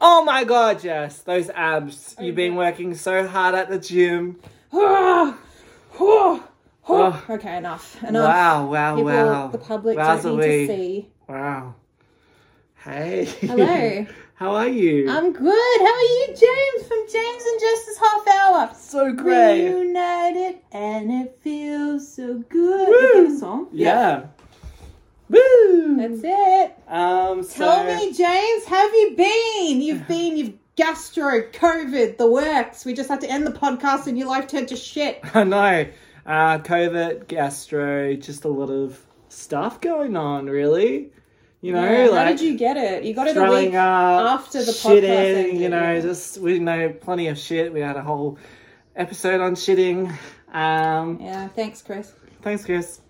Oh my god, yes, those abs. You've been working so hard at the gym. Ah! Oh. okay, enough. Enough. Wow, wow, People, wow. the public don't Wowzawee. need to see. Wow. Hey. Hello. How are you? I'm good. How are you, James? From James and Justice Half Hour. so great. Reunited and it feels so good. Woo. Is that a song? Yeah. Woo! That's it. Um, so, Tell me, James, have you been? You've been, you've gastro, COVID, the works. We just had to end the podcast and your life turned to shit. I know. Uh, COVID, gastro, just a lot of stuff going on, really. You know, like. How did you get it? You got it a throwing week up, after the podcast. shitting, ended. you know, just we know plenty of shit. We had a whole episode on shitting. Um, Yeah, thanks, Chris. thanks, Chris.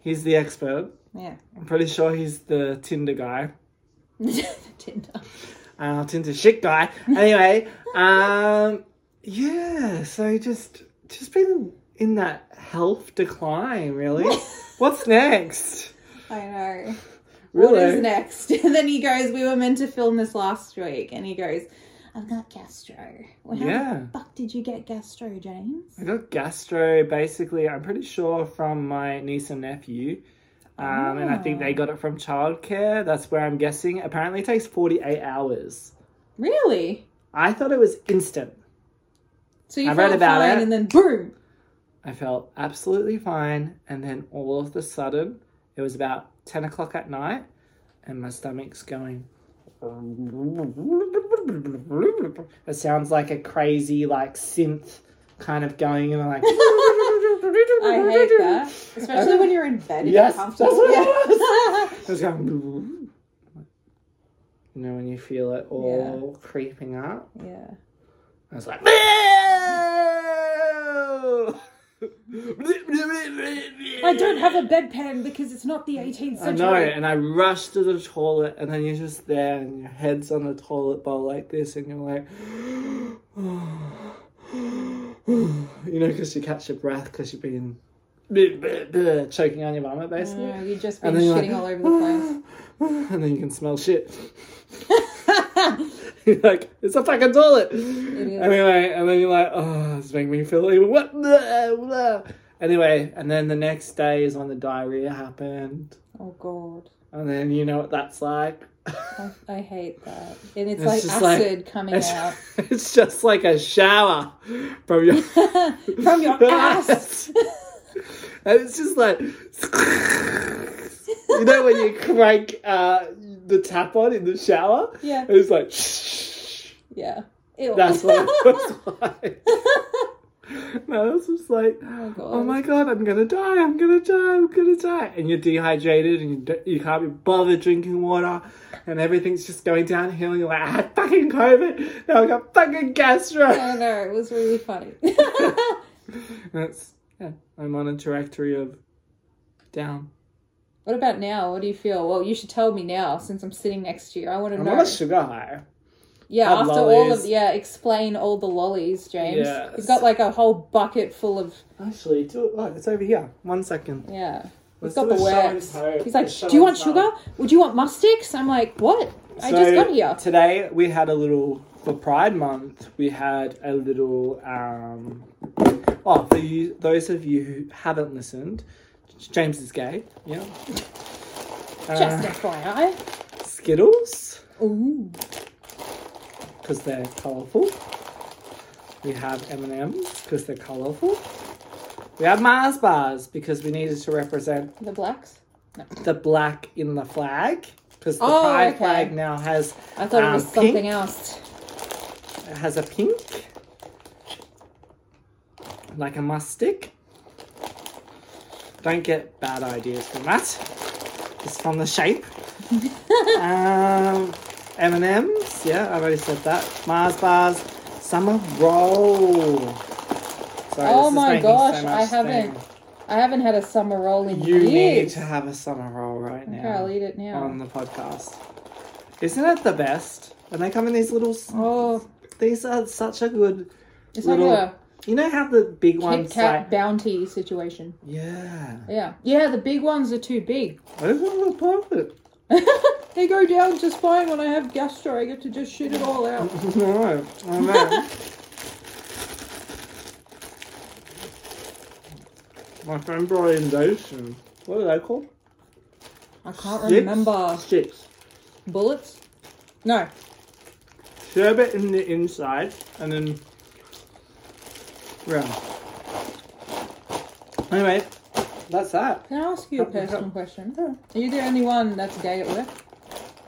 He's the expert. Yeah. I'm pretty sure he's the Tinder guy, Tinder. uh, Tinder shit guy. Anyway, um, yeah. So just just been in that health decline, really. What's next? I know. Really? What is next? And then he goes, We were meant to film this last week. And he goes, I've got gastro. Well, how Yeah. the fuck did you get gastro, James? I got gastro basically, I'm pretty sure, from my niece and nephew. Um, And I think Ah. they got it from childcare. That's where I'm guessing. Apparently, it takes 48 hours. Really? I thought it was instant. So you I read felt about fine it. and then boom. I felt absolutely fine. And then all of a sudden, it was about 10 o'clock at night, and my stomach's going. It sounds like a crazy, like synth kind of going, and I'm like. I hate that. Especially when you're in bed and Yes, you're comfortable. that's what Yeah. It was going. You know, when you feel it all creeping up, yeah. I was like. I I don't have a bedpan because it's not the 18th I century. know, and I rushed to the toilet, and then you're just there, and your head's on the toilet bowl like this, and you're like, you know, because you catch your breath because you've been choking on your vomit basically. No, you've just And been then you're shitting like, all over the place. and then you can smell shit. you're like, it's a fucking toilet. Anyway, and then you're like, oh, it's making me feel even what? Blah, blah. Anyway, and then the next day is when the diarrhea happened, Oh, God. and then you know what that's like. I, I hate that. And it's, It's like just like- acid coming It's, out it's just like a shower from your from your ass. and it's just like you know when you crank uh, the tap on in the shower. Yeah. And it's like Yeah. Ew. that's what it was like. No, it's just like, oh, God. my god, I'm gonna die, I'm gonna die, I'm gonna die, and you're dehydrated and you, don't- you can't be bothered drinking water, and everything's just going downhill. And you're like, I had fucking COVID, now I got fucking gastro. I know, it was really funny. That's yeah. I'm on a trajectory of down. what about now? What do you feel? Well, you should tell me now since I'm sitting next to you. I want to I'm know. on a sugar high. yeah, had after all lollies. of yeah, explain all the lollies, James. Yes. He's got like a whole bucket full of Actually, do oh, it's over here. One second. yeah. Let's He's got do the a show and works. tell. He's A like, show "Do you and want tell." sugar? Would you want mustics?" I'm like, "What? I just So, got here." Today we had a little for Pride Month. We had a little. um Oh, for you, those of you who haven't listened, James is gay. Yeah. Just Uh, FYI. Skittles. Ooh. because they're colourful. We have M and M's because they're colourful. We have Mars bars because we needed to represent The blacks. the black in the flag because the Oh, pride okay. flag now has I thought it um, was something pink- else. it has a pink, like a mustic. Don't get bad ideas from that. Just from the shape. um, M and M's. Yeah, I already said that. Mars bars, summer roll. Sorry, Oh this is my making so gosh, much I haven't- thing. I haven't had a summer roll in You years. need to have um, a summer roll right Okay, I'll now eat it now. on the podcast. Isn't it the best when they come in these little? s- oh, These are such a good it's little- like a you know how the big Kit ones Kat like bounty situation. yeah. Yeah. Yeah, the big ones are too big. I don't want to pop it. they go down just fine when I have gastro. I get to just shoot it all out. No, I know. My friend brought in those. And what are they called? I can't Six? remember. Six. Bullets? No. Sherbet in the inside, and then round. Anyway, that's that. Can I ask you a personal question? Are you the only one that's gay at work?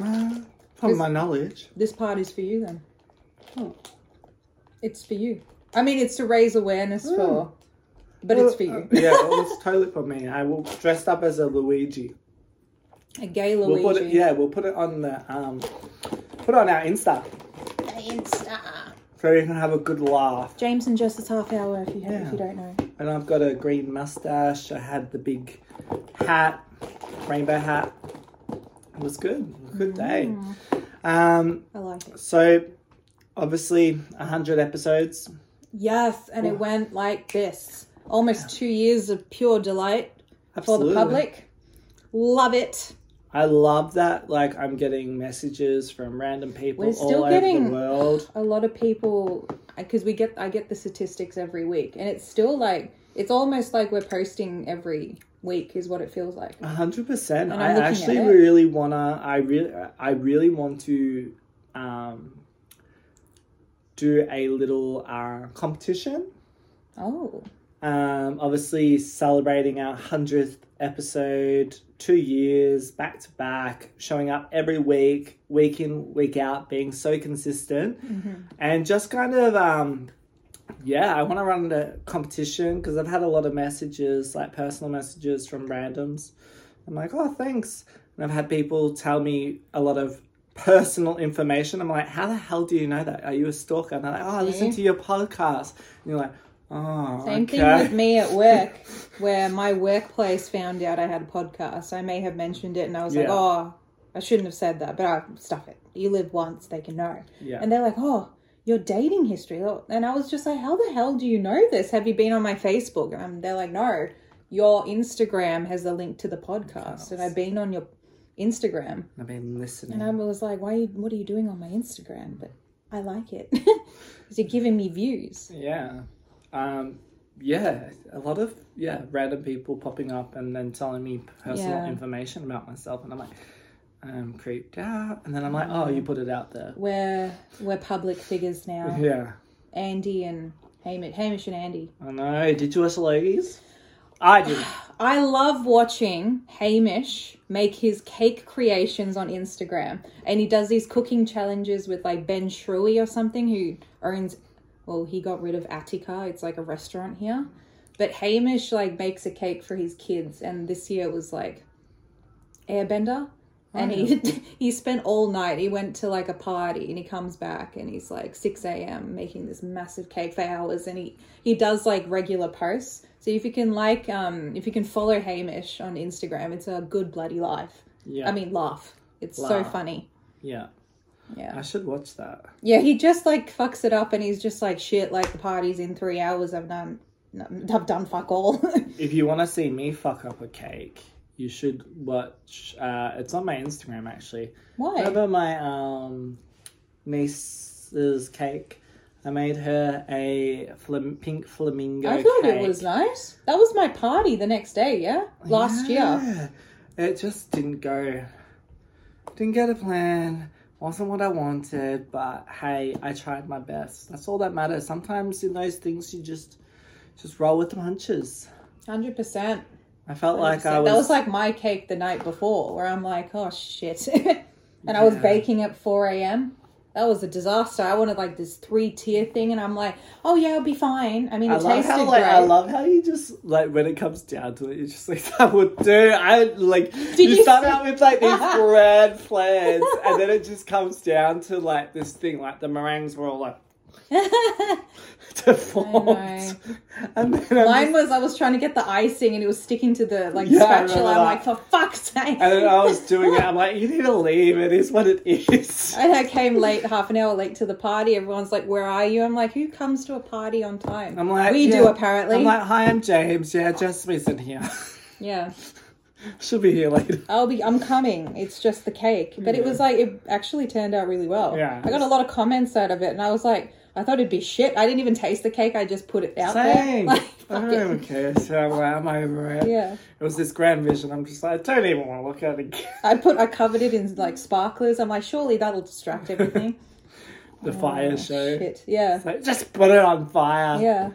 Uh, From my knowledge, This part is for you then. Oh. It's for you. I mean, it's to raise awareness for, but it's for you. Mm. Uh, yeah, it was totally for me. I will dress up as a Luigi. a gay We'll Luigi. put it. Yeah, we'll put it on the um, put it on our Insta so you can have a good laugh. James and Jess is half hour if you have, Yeah. if you don't know. And I've got a green mustache. I had the big hat, rainbow hat. It was good. Good day. Mm. Um, I like it. so obviously, hundred episodes. Yes, and it went like this. Almost two years of pure delight for Absolutely. the public. Love it. I love that. Like I'm getting messages from random people We're all still over getting- the world. A lot of people, because we get, I get the statistics every week, and it's still like it's almost like we're posting every week is what it feels like. A hundred percent. And I I'm looking at actually it. really wanna. I really, I really want to um, do a little uh, competition. Oh, Um, obviously celebrating our hundredth episode, two years back to back, showing up every week, week in, week out, being so consistent, and just kind of, um, yeah, I want to run a competition because I've had a lot of messages, like personal messages from randoms. I'm like, oh, thanks, and I've had people tell me a lot of personal information. I'm like, how the hell do you know that? Are you a stalker? And they're like, oh, I listen to your podcast, and you're like. Oh, same okay. thing with me at work, where my workplace found out I had a podcast. I may have mentioned it, and I was like, Yeah. oh, I shouldn't have said that, but I stuff it. You live once, they can know. Yeah. And they're like, oh, your dating history. Oh, And I was just like, how the hell do you know this? Have you been on my Facebook? And they're like, no, your Instagram has a link to the podcast. And I've been on your Instagram. I've been listening. And I was like, why? What are you doing on my Instagram? But I like it because you're giving me views. yeah. Um, yeah. A lot of yeah, random people popping up and then telling me personal Yeah. information about myself and I'm like, I'm creeped out and then I'm like, Oh, Mm. you put it out there. We're we're public figures now. Yeah. Andy and Hamish, Hamish and Andy. I know. Did you watch the Logies? I did. I love watching Hamish make his cake creations on Instagram, and he does these cooking challenges with like Ben Shrewy or something who owns. Well, he got rid of Attica. It's like a restaurant here, but Hamish like makes a cake for his kids, and this year it was like Airbender. Oh, And he he spent all night. He went to like a party, and he comes back, and he's like six a.m. making this massive cake for hours. And he he does like regular posts. So if you can like um if you can follow Hamish on Instagram, it's a good bloody life. Yeah. I mean laugh. It's so Laugh. funny. yeah. I Yeah, should watch that. yeah. He just like fucks it up, and he's just like shit. Like the party's in three hours. I've done I've done fuck all. If you want to see me fuck up a cake, you should watch. Uh, it's on my Instagram actually. Why? Remember my um, niece's cake? I made her a flam- pink flamingo. I thought cake. it was nice. That was my party the next day. Yeah, last year. Yeah. It just didn't go. Didn't get a plan. Wasn't what I wanted, but hey, I tried my best. That's all that matters. Sometimes in those things, you just just roll with the punches. Hundred percent. I felt like I So was. that was like my cake the night before, where I'm like, oh shit, and I was Yeah. baking at four a.m. That was a disaster. I wanted like this three tier thing, and I'm like, oh yeah, it'll be fine. I mean, it I love tasted how like great. I love how you just like when it comes down to it, you're just like that would do. I like you you start see- out with like these grand plans, and then it just comes down to like this thing. Like the meringues were all like deformed, and then I'm Mine just- was I was trying to get the icing, and it was sticking to the like Yeah, I spatula. I'm remember like, for fuck's sake! and then I was doing it. I'm like, you need to leave. It is what it is. And I came late, half an hour late to the party. Everyone's like, "Where are you?" I'm like, "Who comes to a party on Um, time?" I'm like, "We yeah. do apparently." I'm like, hi, I'm James. Yeah, Jess isn't here. yeah, She'll be here later. I'll be. I'm coming. It's just the cake. But it was like it actually turned out really well. Yeah. I got a lot of comments out of it, and I was like, I thought it'd be shit. I didn't even taste the cake. I just put it out there. Same. Like, I fuck don't it. even care. So I'm like, I'm over it. Yeah. It was this grand vision. I'm just like, I don't even want to look at it again. I put. I covered it in like sparklers. I'm like, surely that'll distract everything. The fire show. Oh, Shit. Yeah. It's like, just put it on fire. Yeah.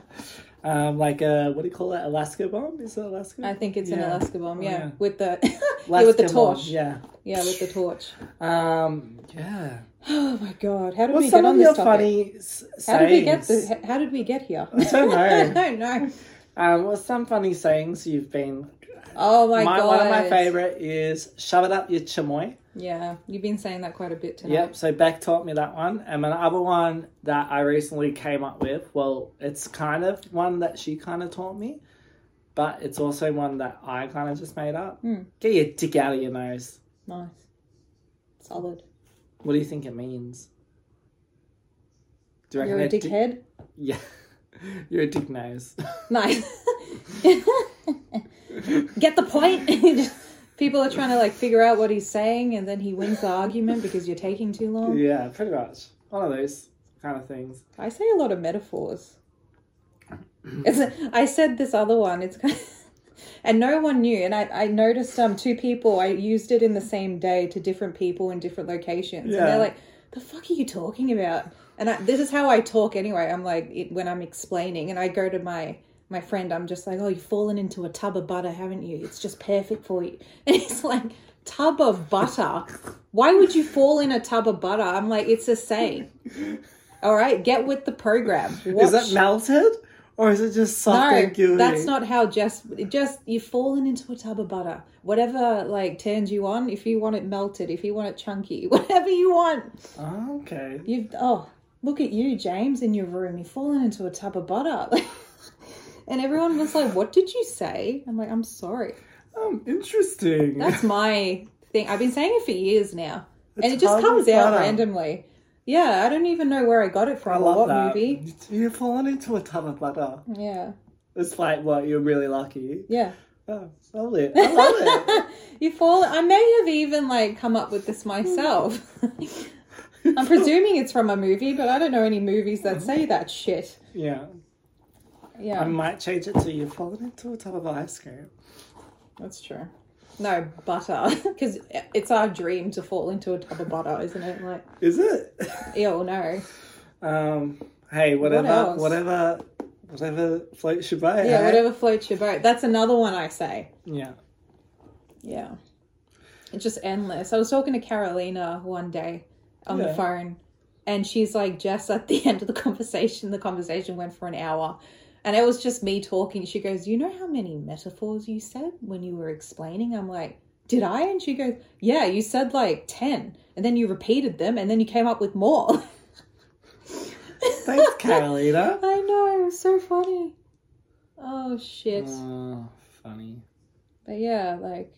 Um, like a what do you call it? Alaska bomb? Is it Alaska? I think it's an Yeah. Alaska bomb. Oh, Yeah. yeah. With the. yeah, with Alaska the bomb, torch. Yeah. Yeah, with the torch. Um. Yeah. Oh my god! How did What's we some get of on your this topic? funny s- sayings? How did we get the? How did we get here? I don't I know. don't know. um. What's some funny sayings you've been? Oh my, my, god! one of my favorite is "shove it up your chamoy." Yeah, you've been saying that quite a bit tonight. Yep. So Beck taught me that one, and another one that I recently came up with. Well, it's kind of one that she kind of taught me, but it's also one that I kind of just made up. Hmm. Get your dick out of your nose. Nice. Solid. What do you think it means? Do you You're a it di- dickhead. yeah. You're a dick nose. nice. Get the point. People are trying to like figure out what he's saying, and then he wins the argument because you're taking too long. yeah, pretty much. One of those kind of things. I say a lot of metaphors. It's I said this other one. It's kind and no one knew. And I, I noticed um two people. I used it in the same day to different people in different locations. And Yeah. they're like, "The fuck are you talking about?" And I, this is how I talk anyway. I'm like it, when I'm explaining, and I go to my my friend. I'm just like, "Oh, you've fallen into a tub of butter, haven't you? It's just perfect for you." And it's like tub of butter. Why would you fall in a tub of butter? I'm like, it's a saying. All right, get with the program. Is Watch. it melted? Or is it just soft no, and gooey? that's not how Jess. Just you've fallen into a tub of butter. Whatever like turns you on. If you want it melted, if you want it chunky, whatever you want. Oh, okay. You've oh look at you, James, in your room. You've fallen into a tub of butter. and everyone was like, "What did you say?" I'm like, "I'm sorry." Um, interesting. That's my thing. I've been saying it for years now, and it It's just tub comes of out butter. randomly. Yeah, I don't even know where I got it I from or love what that. movie. You've fallen into a tub of butter. Yeah, It's like, what, you're really lucky. yeah. Oh, lovely. I love it. You fall. I may have even like come up with this myself. I'm presuming it's from a movie, but I don't know any movies that say that shit. yeah. Yeah, I might change it to you've fallen into a tub of ice cream. that's true. No butter, because it's our dream to fall into a tub of butter, isn't it? Like, Is it? ew, no. Um, hey, What whatever, else? whatever, whatever floats your boat. Yeah, eh? whatever floats your boat. That's another one I say. Yeah. Yeah. It's just endless. I was talking to Carolina one day on the Yeah. phone, and she's like, Jess, at the end of the conversation, the conversation went for an hour. And it was just me talking. She goes, You know how many metaphors you said when you were explaining? I'm like, Did I? And she goes, Yeah, you said like 10. And then you repeated them, and then you came up with more. Thanks, Carolina. I know, it was so funny. Oh, shit. Oh, funny. But yeah, like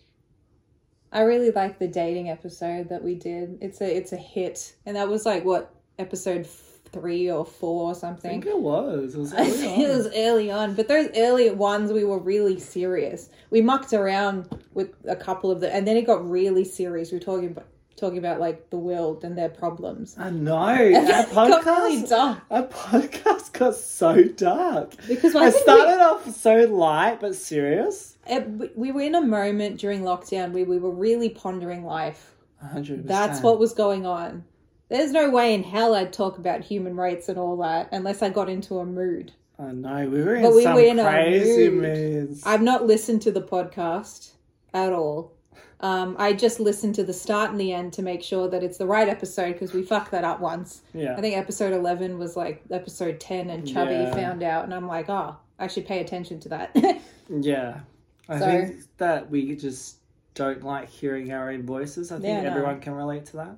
I really like the dating episode that we did. It's a it's a hit, and that was like what episode f- three or four or I think something. it was. It was I early think it on. was early on, but those early ones we were really serious. We mucked around with a couple of them, and then it got really serious. We were talking about talking about like the world and their problems. I know. Our It got really podcast, dark our podcast got so dark. because I, I think eh, started off so light but serious. we, it- we were in a moment during lockdown where we were really pondering life. 100%. That's what was going on. There's no way in hell I'd talk about human rights and all that unless I got into a mood. I know. Oh, We were in But we um, some were in a crazy mood. moods. I've not listened to the podcast at all. Um, I just listened to the start and the end to make sure that it's the right episode because we fucked that up once. I yeah. think episode 11 was like episode 10 and Chubby Yeah. found out, and I'm like, oh, I should pay attention to that. Yeah. I So- think that we just don't like hearing our own voices. I think Yeah, no. everyone can relate to that.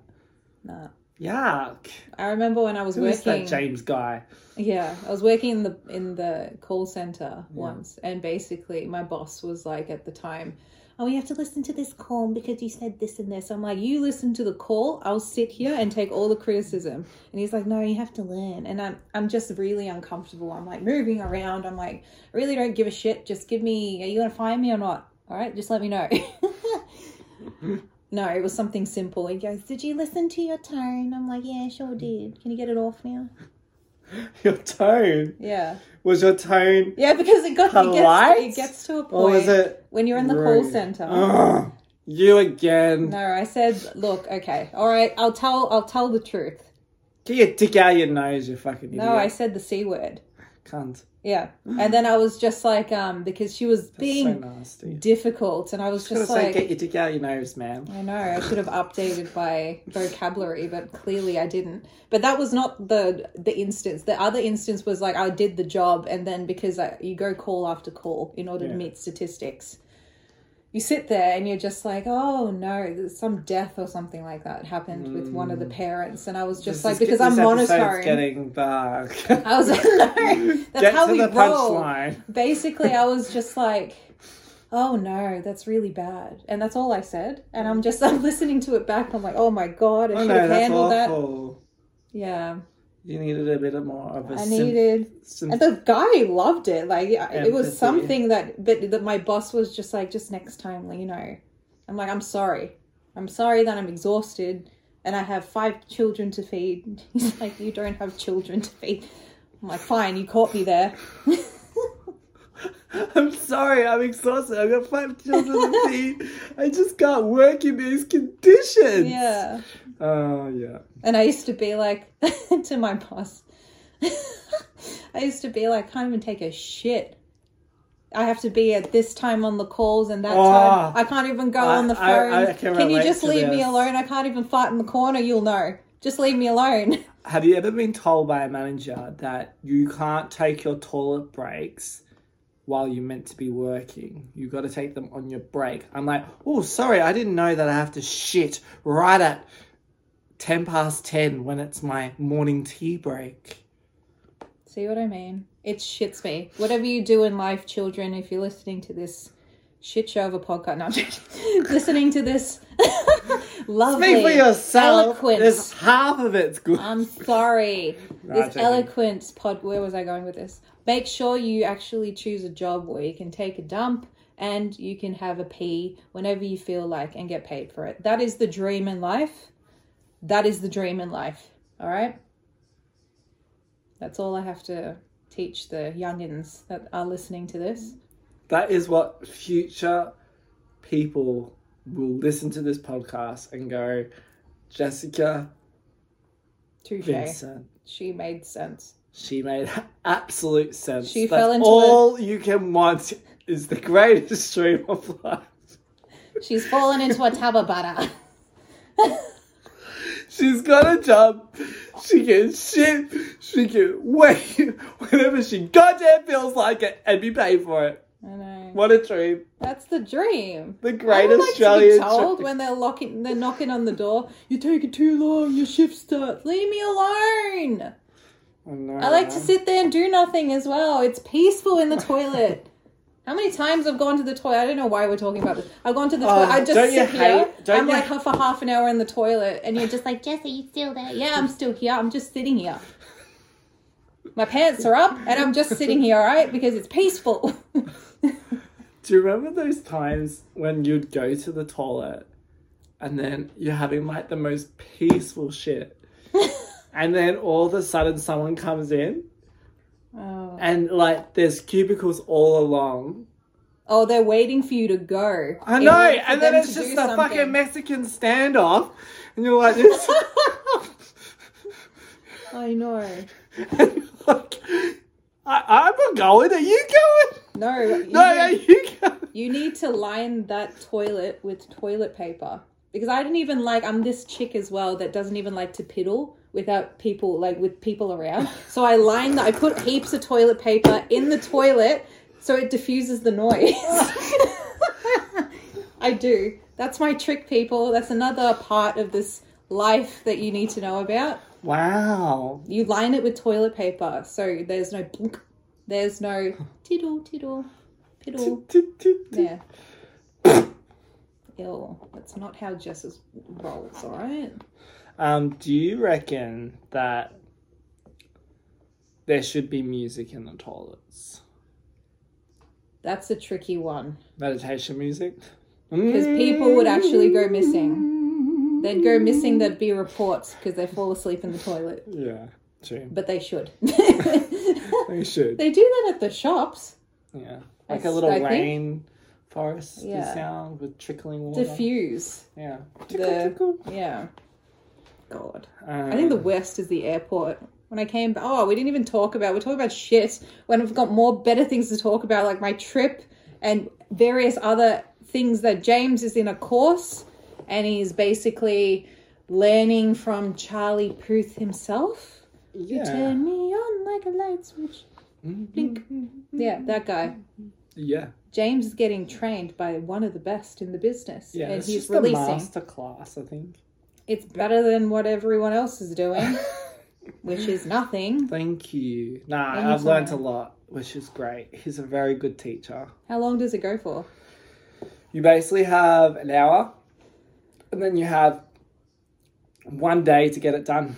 nah. Yuck. I remember when I was Who is that working. James guy? Yeah, I was working in the in the call center once, and basically my boss was like at the time, "Oh, you have to listen to this call because you said this and this." I'm like, "You listen to the call. I'll sit here and take all the criticism." And he's like, "No, you have to learn." And I'm I'm just really uncomfortable. I'm like moving around. I'm like, I really don't give a shit. Just give me. Are you gonna fire me or not? All right, just let me know. no, it was something simple. He goes, Did you listen to your tone? I'm like, Yeah, sure did. Can you get it off now? Your tone Yeah. was your tone. Yeah, because it got it gets, Polite? it gets to a point Or was it? when you're in the rude? Oh. call center. Ugh, you again. No, I said, look, okay, all right, I'll tell, I'll tell the truth. Get your dick out of your nose, you fucking idiot. No, I said the c word. can't. Yeah, and then I was just like, um, because she was That's so being nasty. difficult, and I was Just just gotta like, say, get your dick out of your nose, man. I know I should have updated my vocabulary, but clearly I didn't. But that was not the the instance. The other instance was like I did the job, and then because I, you go call after call in order Yeah. to meet statistics, you sit there and you're just like, oh no, there's some death or something like that happened with one of the parents, and I was Mm. just This like is- because this I'm episode's monitoring. Getting dark. I was like, no, that's Get how to we the roll punchline. basically i was just like oh no that's really bad and that's all i said and i'm just i'm listening to it back i'm like oh my god i Oh should no, have that's handled that awful. yeah You needed a bit more of a i sim- needed sim- and the guy loved it like I- it Empathy. was something that but that my boss was just like just next time you know i'm like i'm sorry i'm sorry that i'm exhausted and i have five children to feed he's like you don't have children to feed i'm like fine you caught me there I'm sorry, I'm exhausted. I've got five children to feed. I just can't work in these conditions. yeah Oh, yeah. And I used to be like to my boss. I used to be like, can't even take a shit. I have to be at this time on the calls and that Oh. time. I can't even go I- on the I- phone. I can can you relate just to leave me this. alone? I can't even fight in the corner. You'll know. Just leave me alone. Have you ever been told by a manager that you can't take your toilet breaks while you're meant to be working? You've got to take them on your break. I'm like, oh, sorry, I didn't know that I have to shit right at 10 past 10 when it's my morning tea break. See what I mean? It shits me. Whatever you do in life, children, if you're listening to this shit show of a podcast, no, I'm joking. listening to this lovely, Speak for yourself. eloquent, Um, There's half of it's good. I'm sorry. I'm this joking. eloquent pod. Where was I going with this? Make sure you actually choose a job where you can take a dump and you can have a pee whenever you feel like and get paid for it. That is the dream in life. That is the dream in life. All right. That's all I have to teach the youngins that are listening to this. That is what future people will listen to this podcast and go, Jessica Touche. Vincent. She made sense. She made absolute sense. She That's fell into all you can want is the greatest dream of life. She's fallen into a tub of butter. She's got a job. She can shit. She can wait whenever she goddamn feels like it and be paid for it. I know. What a dream. That's the dream. The I great would like to be Australian told dream. when they're locking, they're knocking on the door. You're taking too long. Your shift starts. Leave me alone. I, know, I like to man. sit there and do nothing as well. It's peaceful in the toilet. How many times I've gone to the toilet? I don't know why we're talking about this. I've gone to the Oh, toilet. I just don't you sit here. hate- don't I'm you- like half for half an hour in the toilet, and you're just like, Jesse, you still there? Yeah, I'm still here. I'm just sitting here. My pants are up, and I'm just sitting here, all right? Because it's peaceful. Do you remember those times when you'd go to the toilet and then you're having like the most peaceful shit? and then all of a sudden someone comes in oh. and like there's cubicles all along. Oh, they're waiting for you to go. I in know, order for and then them it's to just do a something. fucking Mexican standoff and you're like this I know. like, I, I'm not going, are you going? No, you, No, are need, you going? you need to line that toilet with toilet paper because I didn't even like. I'm this chick as well that doesn't even like to piddle without people like with people around. So I lined that. I put heaps of toilet paper in the toilet so it diffuses the noise. I do. That's my trick, people. That's another part of this life that you need to know about. Wow. You line it with toilet paper, so there's no blink, there's no tiddle tiddle piddle. Yeah. Ill. That's not how Jess's rolls. All right. Um, do you reckon that there should be music in the toilets? That's a tricky one Meditation music. because people would actually go missing. They'd go missing. There'd be reports because they fall asleep in the toilet, Yeah, true. but they should. They should. they do that at the shops. Yeah. I Like a s- little I think- rain forest Yeah. sound with trickling water. Diffuse. yeah. the- Tickle, tickle. Yeah. God. Um, I think the worst is the airport. When I came back, oh, we didn't even talk about. We're talking about shit when I've got more better things to talk about, like my trip and various other things that James is in a course and he's basically learning from Charlie Puth himself. yeah. Mm-hmm. Turn me on like a light switch. Blink. Mm. Yeah, that guy. Yeah. James is getting trained by one of the best in the business, Yeah. and it's he's just releasing. the master class, I think. It's better than what everyone else is doing, which is nothing. Thank you. Nah, Anytime. I've learnt a lot, which is great. He's a very good teacher. How long does it go for? You basically have an hour, and then you have one day to get it done.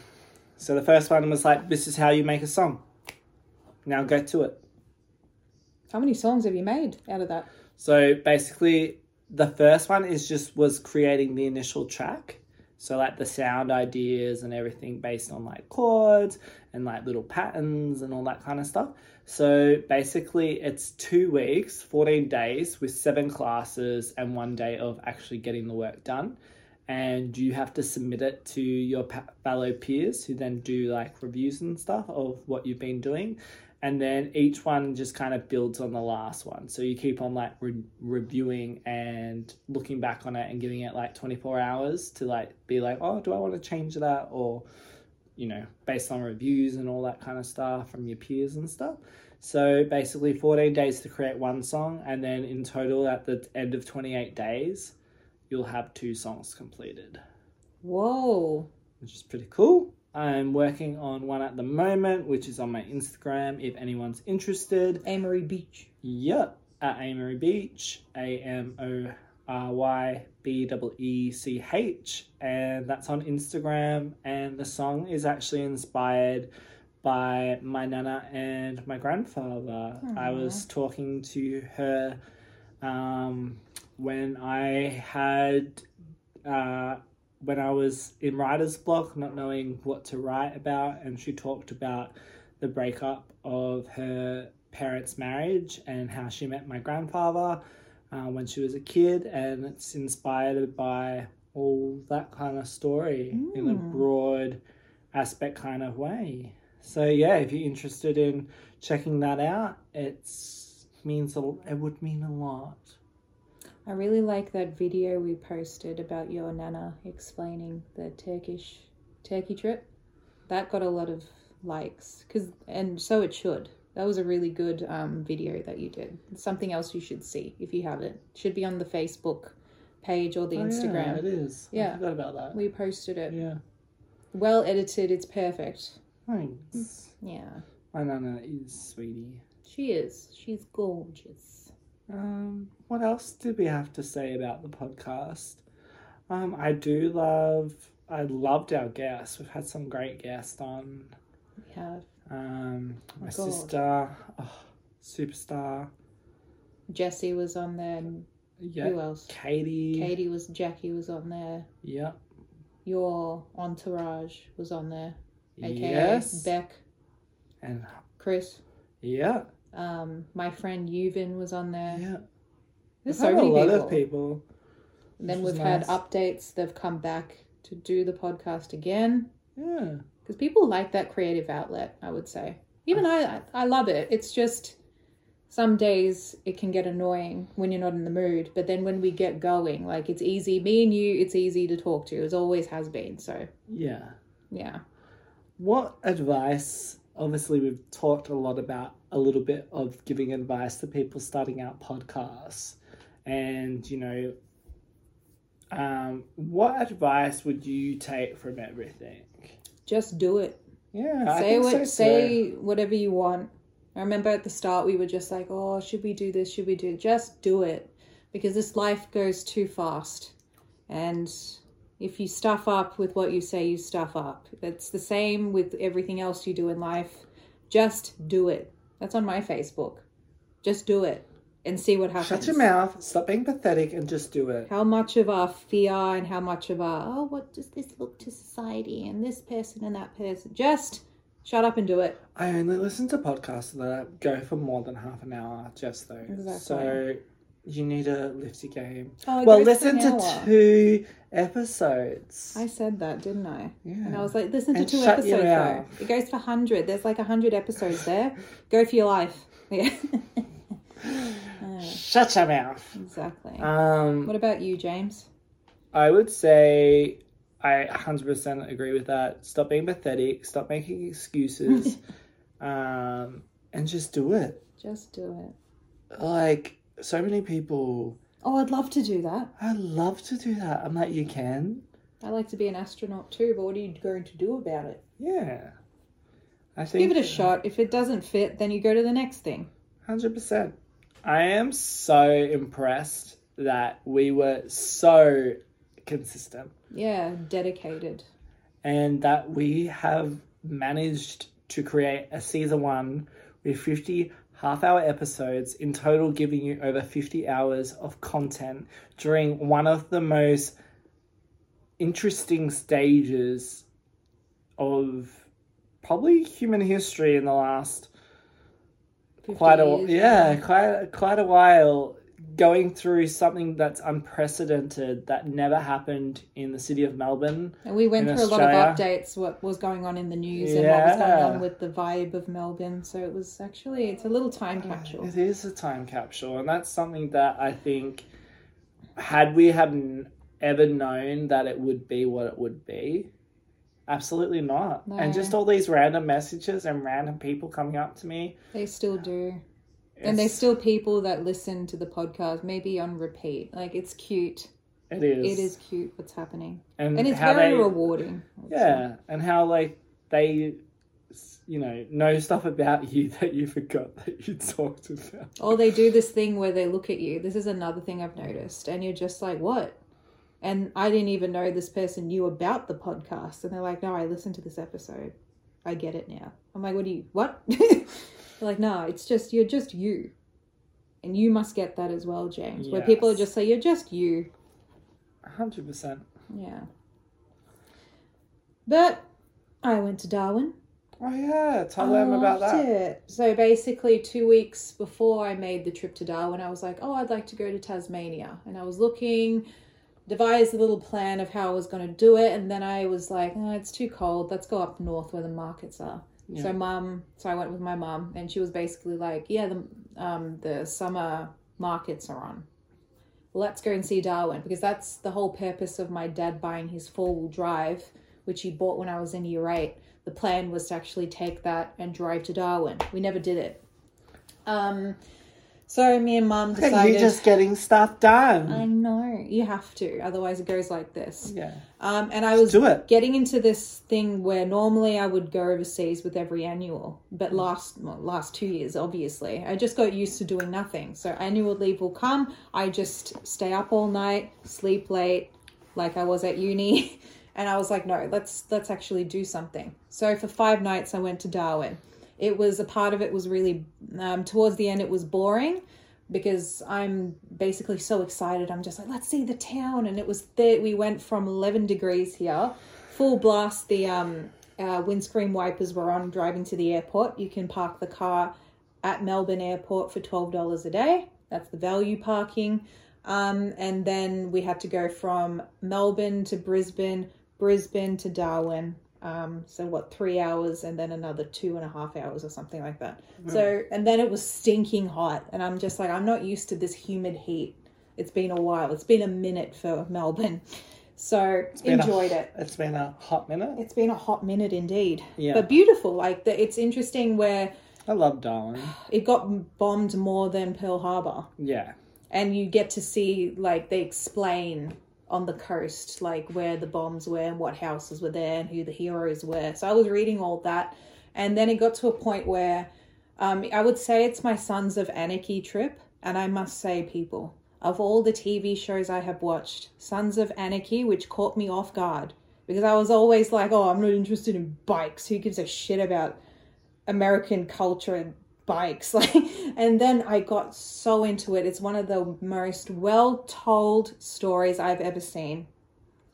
So the first one was like, "This is how you make a song." Now go to it. How many songs have you made out of that? So basically, the first one is just was creating the initial track. So like the sound ideas and everything based on like chords and like little patterns and all that kind of stuff. So basically, it's two weeks, 14 days with seven classes and one day of actually getting the work done. And you have to submit it to your pa- fellow peers who then do like reviews and stuff of what you've been doing. And then each one just kind of builds on the last one. So you keep on like re- reviewing and looking back on it and giving it like 24 hours to like be like, oh, do I want to change that? Or you know, based on reviews and all that kind of stuff from your peers and stuff. So basically, 14 days to create one song, and then in total, at the end of 28 days, you'll have two songs completed, Whoa. which is pretty cool. I'm working on one at the moment, which is on my Instagram if anyone's interested. Amory Beach. Yep, at Amory Beach, A M O R Y B E E C H, and that's on Instagram. And the song is actually inspired by my nana and my grandfather. I was talking to her um, when I had. Uh, when I was in writer's block, not knowing what to write about, and she talked about the breakup of her parents' marriage and how she met my grandfather uh, when she was a kid, and it's inspired by all that kind of story in a Mm. broad aspect kind of way. So yeah, if you're interested in checking that out, it's means a, it would mean a lot. I really like that video we posted about your nana explaining the Turkish turkey trip. That got a lot of likes cuz and so it should. That was a really good um, video that you did. It's something else you should see if you haven't. Should be on the Facebook page or the Oh, yeah, Instagram. it is. I Yeah. forgot about that. We posted it. Yeah, Well edited, it's perfect. Mm. thanks. Yeah. My nana is sweetie. She is. She's gorgeous. Um, what else did we have to say about the podcast? Um, I do love. I loved our guests. We've had some great guests on. We have Um, my God. sister, oh, superstar. Jesse was on there. and Yeah, Who else? Katie. Katie was. Jackie was on there. Yep. Your entourage was on there. AKA yes. Beck, and Chris. yeah, Um, my friend Yuvin was on there. yeah. We've There's so had a many lot people. of people. And then which we've is had nice. updates. They've come back to do the podcast again Yeah. because people like that creative outlet. I would say. Even I, I, I love it. It's just some days it can get annoying when you're not in the mood. But then when we get going, like it's easy. Me and you, it's easy to talk to. It always has been. So Yeah. yeah. What advice? Obviously, we've talked a lot about a little bit of giving advice to people starting out podcasts, and you know, um, what advice would you take from everything? just do it. Yeah, I say think what, so too. say whatever you want. I remember at the start we were just like, oh, should we do this? Should we do? Just do it, because this life goes too fast, and if you stuff up with what you say, you stuff up. That's the same with everything else you do in life. Just do it. That's on my Facebook. Just do it. and see what happens. Shut your mouth, stop being pathetic, and just do it. How much of our fear and how much of our, oh, what does this look to society and this person and that person? Just shut up and do it. I only listen to podcasts that go for more than half an hour, just though. Exactly. So you need to lift your game. Oh, it well, goes for listen an to hour. two episodes. I said that, didn't I? yeah. And I was like, listen to And two shut episodes your though. mouth. It goes for 100. There's like 100 episodes there. Go for your life. Yeah. Uh, Shut your mouth. exactly. Um, what about you, James? I would say I 100% agree with that. Stop being pathetic, stop making excuses, um, and just do it. Just do it. Like, so many people, Oh, I'd love to do that. I love to do that. I'm like, you can? I like to be an astronaut too, but what are you going to do about it? Yeah. I think. Give it a shot. If it doesn't fit, then you go to the next thing. 100%. I am so impressed that we were so consistent Yeah, dedicated. and that we have managed to create a season one with 50 half hour episodes, in total, giving you over 50 hours of content during one of the most interesting stages of probably human history in the last 50 quite a years. yeah quite quite a while going through something that's unprecedented that never happened in the city of Melbourne. And we went in through a lot of Australia. updates, what was going on in the news and what was going Yeah. on with the vibe of Melbourne. So it was actually, it's a little time capsule. It is a time capsule, and that's something that I think had we have n- ever known that it would be what it would be. Absolutely not. No. And just all these random messages and random people coming up to me. They still do. And there's it's- still people that listen to the podcast, maybe on repeat. Like it's cute. it is It is cute what's happening. and, And it's how very they- rewarding. Yeah, and how like they, you know, know stuff about you that you forgot that you talked about. Or they do this thing where they look at you. This is another thing I've noticed. And you're just like, what? And I didn't even know this person knew about the podcast. And they're like, no, I listened to this episode. I get it now. I'm like, what do you, what? they're like, no, it's just, you're just you. And you must get that as well, James, where people are Yes. just say, you're just you. Hundred percent. Yeah. But I went to Darwin. Oh yeah, tell them about loved that. it. So basically, two weeks before I made the trip to Darwin, I was like, oh, I'd like to go to Tasmania. And I was looking, devised a little plan of how I was going to do it. And then I was like, oh, it's too cold. Let's go up north where the markets are. Yeah. So mum, so I went with my mum, and she was basically like, yeah, the um, the summer markets are on. Let's go and see Darwin because that's the whole purpose of my dad buying his four wheel drive, which he bought when I was in year eight. The plan was to actually take that and drive to Darwin. We never did it. Um, so me and mum Look at decided. you just getting stuff done. I know you have to, otherwise it goes like this. yeah, Um, and I was do it. getting into this thing where normally I would go overseas with every annual, but last well, last two years, obviously, I just got used to doing nothing. So annual leave will come. I just stay up all night, sleep late, like I was at uni, and I was like, no, let's let's actually do something. So for five nights, I went to Darwin. It was a part of it was really um, towards the end, it was boring because I'm basically so excited. I'm just like, let's see the town, and it was that we went from 11 degrees here, full blast. The um, uh, windscreen wipers were on. Driving to the airport, you can park the car at Melbourne Airport for twelve dollars a day. That's the value parking. Um, and then we had to go from Melbourne to Brisbane, Brisbane to Darwin. Um, so what, three hours and then another two and a half hours or something like that. Hmm. So, and then it was stinking hot. And I'm just like, I'm not used to this humid heat. It's been a while. It's been a minute for Melbourne. So been a- enjoyed it. it's been a hot minute. It's been a hot minute indeed. Yeah. But beautiful. Like the, it's interesting where I love Darwin. it got bombed more than Pearl Harbor Yeah, and you get to see like they explain on the coast like where the bombs were and what houses were there and who the heroes were so i was reading all that and then it got to a point where um, i would say it's my sons of anarchy trip and i must say people of all the tv shows i have watched sons of anarchy which caught me off guard because i was always like oh i'm not interested in bikes who gives a shit about american culture and bikes like and then i got so into it it's one of the most well told stories i've ever seen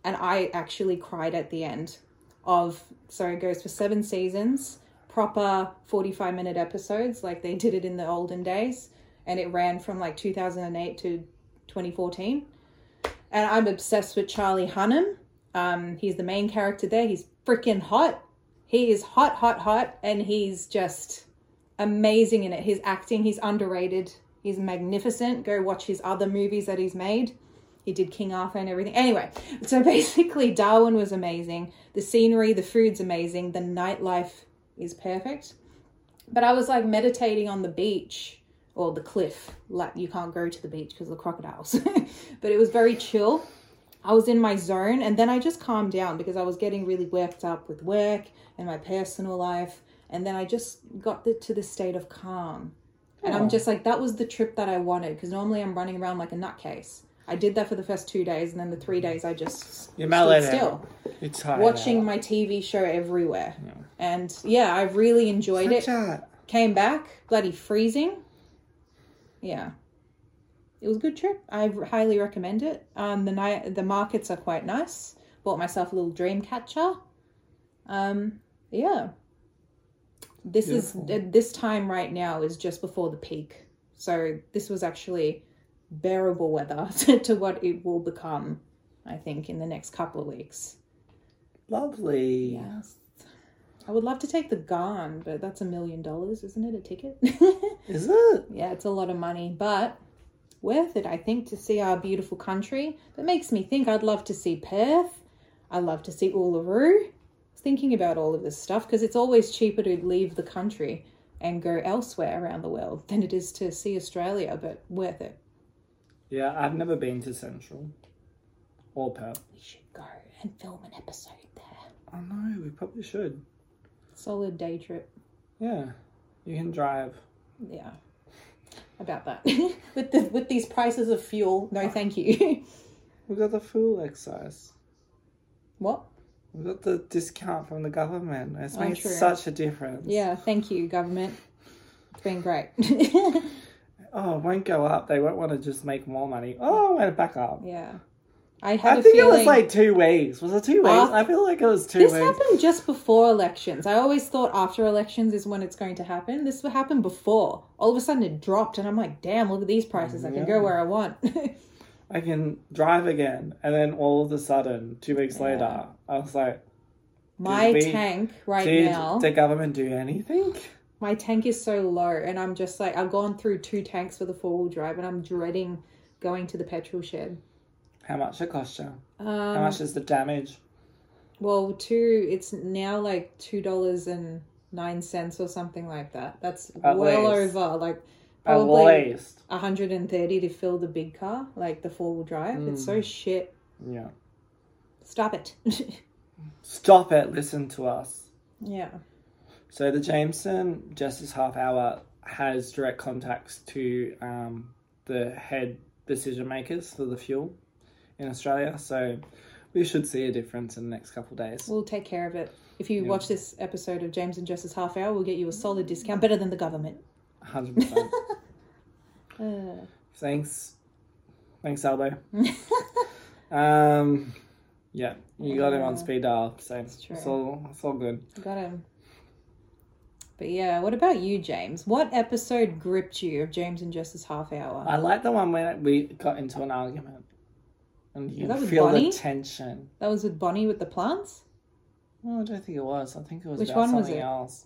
and i actually cried at the end of so it goes for seven seasons proper 45 minute episodes like they did it in the olden days and it ran from like 2008 to 2014 and i'm obsessed with charlie hunnam um, he's the main character there he's freaking hot he is hot hot hot and he's just amazing in it. His acting, he's underrated. He's magnificent. Go watch his other movies that he's made. He did King Arthur and everything. Anyway, so basically, Darwin was amazing. The scenery, the food's amazing. The nightlife is perfect. But I was like meditating on the beach or the cliff. Like you can't go to the beach because of the crocodiles. but it was very chill. I was in my zone, and then I just calmed down because I was getting really worked up with work and my personal life and then I just got the, to the state of calm. And I'm just like, that was the trip that I wanted because normally I'm running around like a nutcase. I did that for the first two days, and then the three days I just You're stood mellowed still, It's hard. watching my TV show everywhere. And yeah, I really enjoyed it. Came back, bloody freezing. Yeah, it was a good trip. I highly recommend it. Um, the night the markets are quite nice. Bought myself a little dream catcher. Um, yeah. This is Beautiful. at this time right now is just before the peak, so this was actually bearable weather to what it will become. I think in the next couple of weeks. Lovely. Yes. I would love to take the Gone, but that's a million dollars, isn't it? A ticket? Is it? yeah, it's a lot of money, but worth it, I think, to see our beautiful country. That makes me think I'd love to see Perth. I'd love to see Uluru. I was thinking about all of this stuff because it's always cheaper to leave the country and go elsewhere around the world than it is to see Australia, but worth it. Yeah, I've never been to Central or Perth. We should go and film an episode there. I know, we probably should. Solid day trip. Yeah, you can drive. Yeah. About that. with the with these prices of fuel, no thank you. We got the fuel excise. what? We got the discount from the government. It's Oh, made true. such a difference. Yeah, thank you, government. It's been great. Oh, it won't go up. They won't want to just make more money. Oh, it went back up. yeah. I had I a think feeling it was like two weeks. Was it two weeks? Uh, I feel like it was two this weeks. happened just before elections. I always thought after elections is when it's going to happen. This happened before. All of a sudden it dropped and I'm like, damn, look at these prices. I can go where I want. I can drive again. And then all of a sudden, two weeks later, I was like, My Did we- tank right did now. the government do anything? my tank is so low and i'm just like i've gone through two tanks for the four-wheel drive and i'm dreading going to the petrol shed How much it cost you? How um, much is the damage? well two it's now like two dollars and nine cents or something like that that's At well least. over like At probably least. 130 to fill the big car like the four-wheel drive it's Mm. so shit Yeah. stop it Stop it. Listen to us. yeah So the Jameson Justice Half Hour has direct contacts to um, the head decision makers for the fuel in Australia. So we should see a difference in the next couple of days. we'll take care of it if you watch this episode of james and jess's half hour we'll get you a solid discount better than the government Hundred percent. uh, Thanks, thanks, Albo. um, yeah, you got him on speed dial, so it's, true. all it's all good. Got him. But yeah, what about you, James? What episode gripped you of James and Jess's half hour? I like the one where we got into an argument, and you That was feel Bonnie? the tension. That was with Bonnie with the plants? No, I don't think it was. I think it was Which about one was something it? else.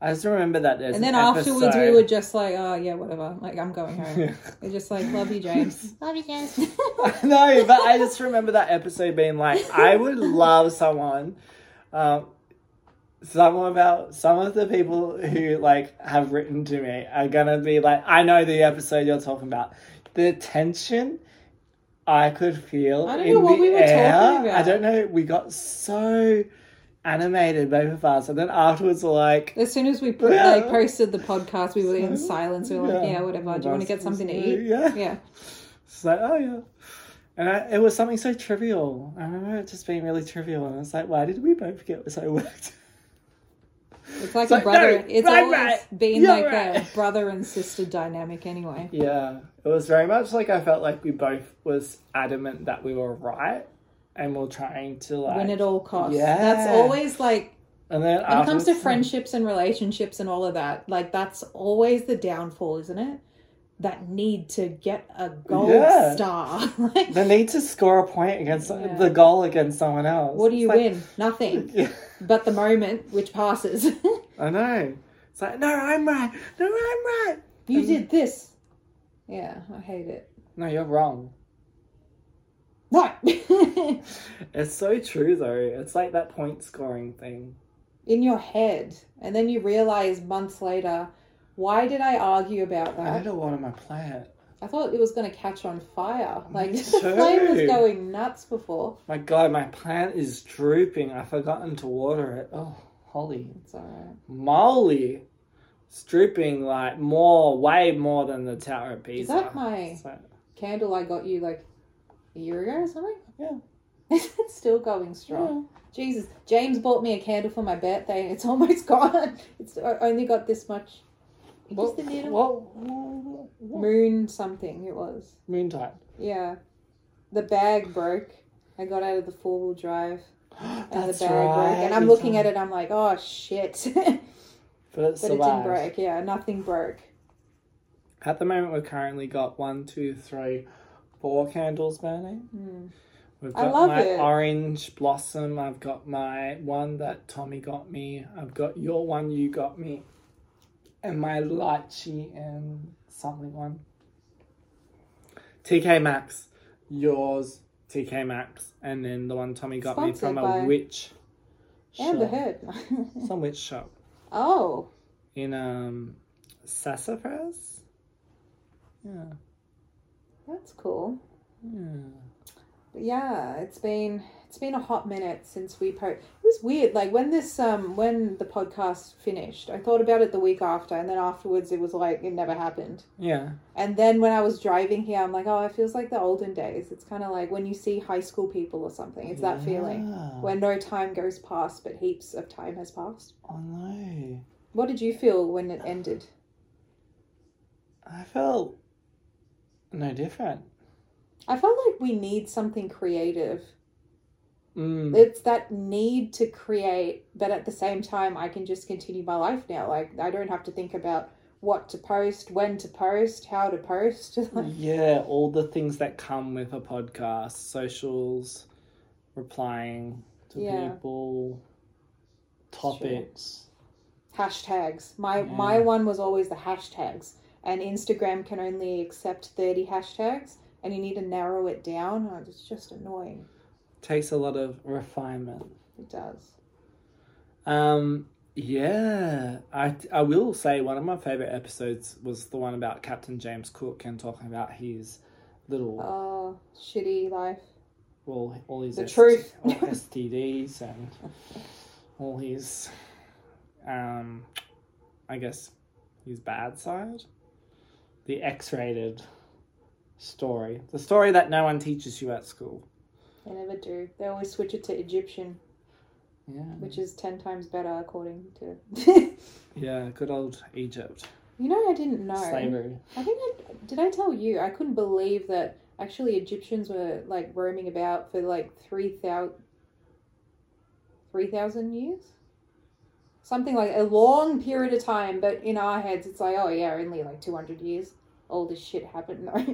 I just remember that there's And then an afterwards, we episode- were just like, oh, yeah, whatever. Like, I'm going home. We're just like, love you, James. love you, James. no, but I just remember that episode being like, I would love someone, um, someone about some of the people who like have written to me are gonna be like, I know the episode you're talking about. The tension I could feel. I don't in know what the we were air. talking about. I don't know. We got so animated, both of us, and then afterwards, we're like. as soon as we put, Yeah. like, posted the podcast, we were in silence. We were like, Yeah. yeah, whatever. Do you want to get something to eat? Yeah. Yeah. It's like, oh yeah. And I, it was something so trivial. I remember it just being really trivial. And I was like, why did we both get so worked? It's like So, a brother. no, it's right, always right. been You're like a right. brother and sister dynamic, anyway. Yeah, it was very much like I felt like we both was adamant that we were right and we're trying to like Win at all costs. Yeah. That's always like And then when it comes to friendships and relationships and all of that. Like that's always the downfall, isn't it? That need to get a gold Yeah. star. like, the need to score a point against Yeah. the goal against someone else. what do you It's like- win? Nothing. Yeah, But the moment which passes. I know. It's like no, I'm right. No, I'm right. you did this. Yeah, I hate it. No, you're wrong. No. It's so true though. It's like that point scoring thing. in your head. And then you realize months later, why did I argue about I had a that? lot on my plant. I thought it was going to catch on fire. Like, Me the flame was too. going nuts before. My god, my plant is drooping. I've forgotten to water it. Oh, holy It's alright. moly! It's drooping like more, way more than the Tower of Pisa. that my- So- Candle I got you like a year ago or something? Yeah. it's still going strong. Jesus. James bought me a candle for my birthday and it's almost gone. It's I only got this much. What, Just a little. what, what, what? Moon something it was. Moontide. Yeah. The bag broke. I got out of the four wheel drive and That's the bag right. broke. And I'm looking at it, I'm like, oh shit. but But it it didn't survived. break. Yeah, nothing broke. At the moment, we've currently got one, two, three, four candles burning. Mm. We've I got love my it. orange blossom. I've got my one that Tommy got me. I've got your one you got me. And my lychee and something one. TK Maxx. Yours, TK Maxx. And then the one Tommy got me Sponsored from by a witch And the shop. head. Some witch shop. oh. In um Sassafras? Yeah. That's cool. Yeah. yeah it's been it's been a hot minute since we po- it was weird like when this um when the podcast finished i thought about it the week after and then afterwards it was like it never happened Yeah. and then when i was driving here i'm like oh it feels like the olden days it's kind of like when you see high school people or something it's that feeling Yeah. where no time goes past but heaps of time has passed Oh no. what did you feel when it ended I felt no different. i felt like we need something creative Mm. it's that need to create but at the same time i can just continue my life now like i don't have to think about what to post when to post how to post Mm. like, yeah, all the things that come with a podcast, socials, replying to Yeah. people, topics. hashtags my Yeah. my one was always the hashtags and instagram can only accept 30 hashtags and you need to narrow it down and it's just annoying Takes a lot of refinement. it does Um, yeah, I I will say one of my favorite episodes was the one about Captain James Cook and talking about his little oh shitty life well, all his The ST truth. all STDs and all his, um, I guess, his bad side, the X-rated story, the story that no one teaches you at school. they never do they always switch it to egyptian Yeah, which is 10 times better according to yeah, good old Egypt, you know i didn't know slavery. I think I, did I tell you I couldn't believe that actually Egyptians were like roaming about for like 3,000 3,000 years? Something like a long period of time, but in our heads it's like, oh yeah, only like 200 years all this shit happened though.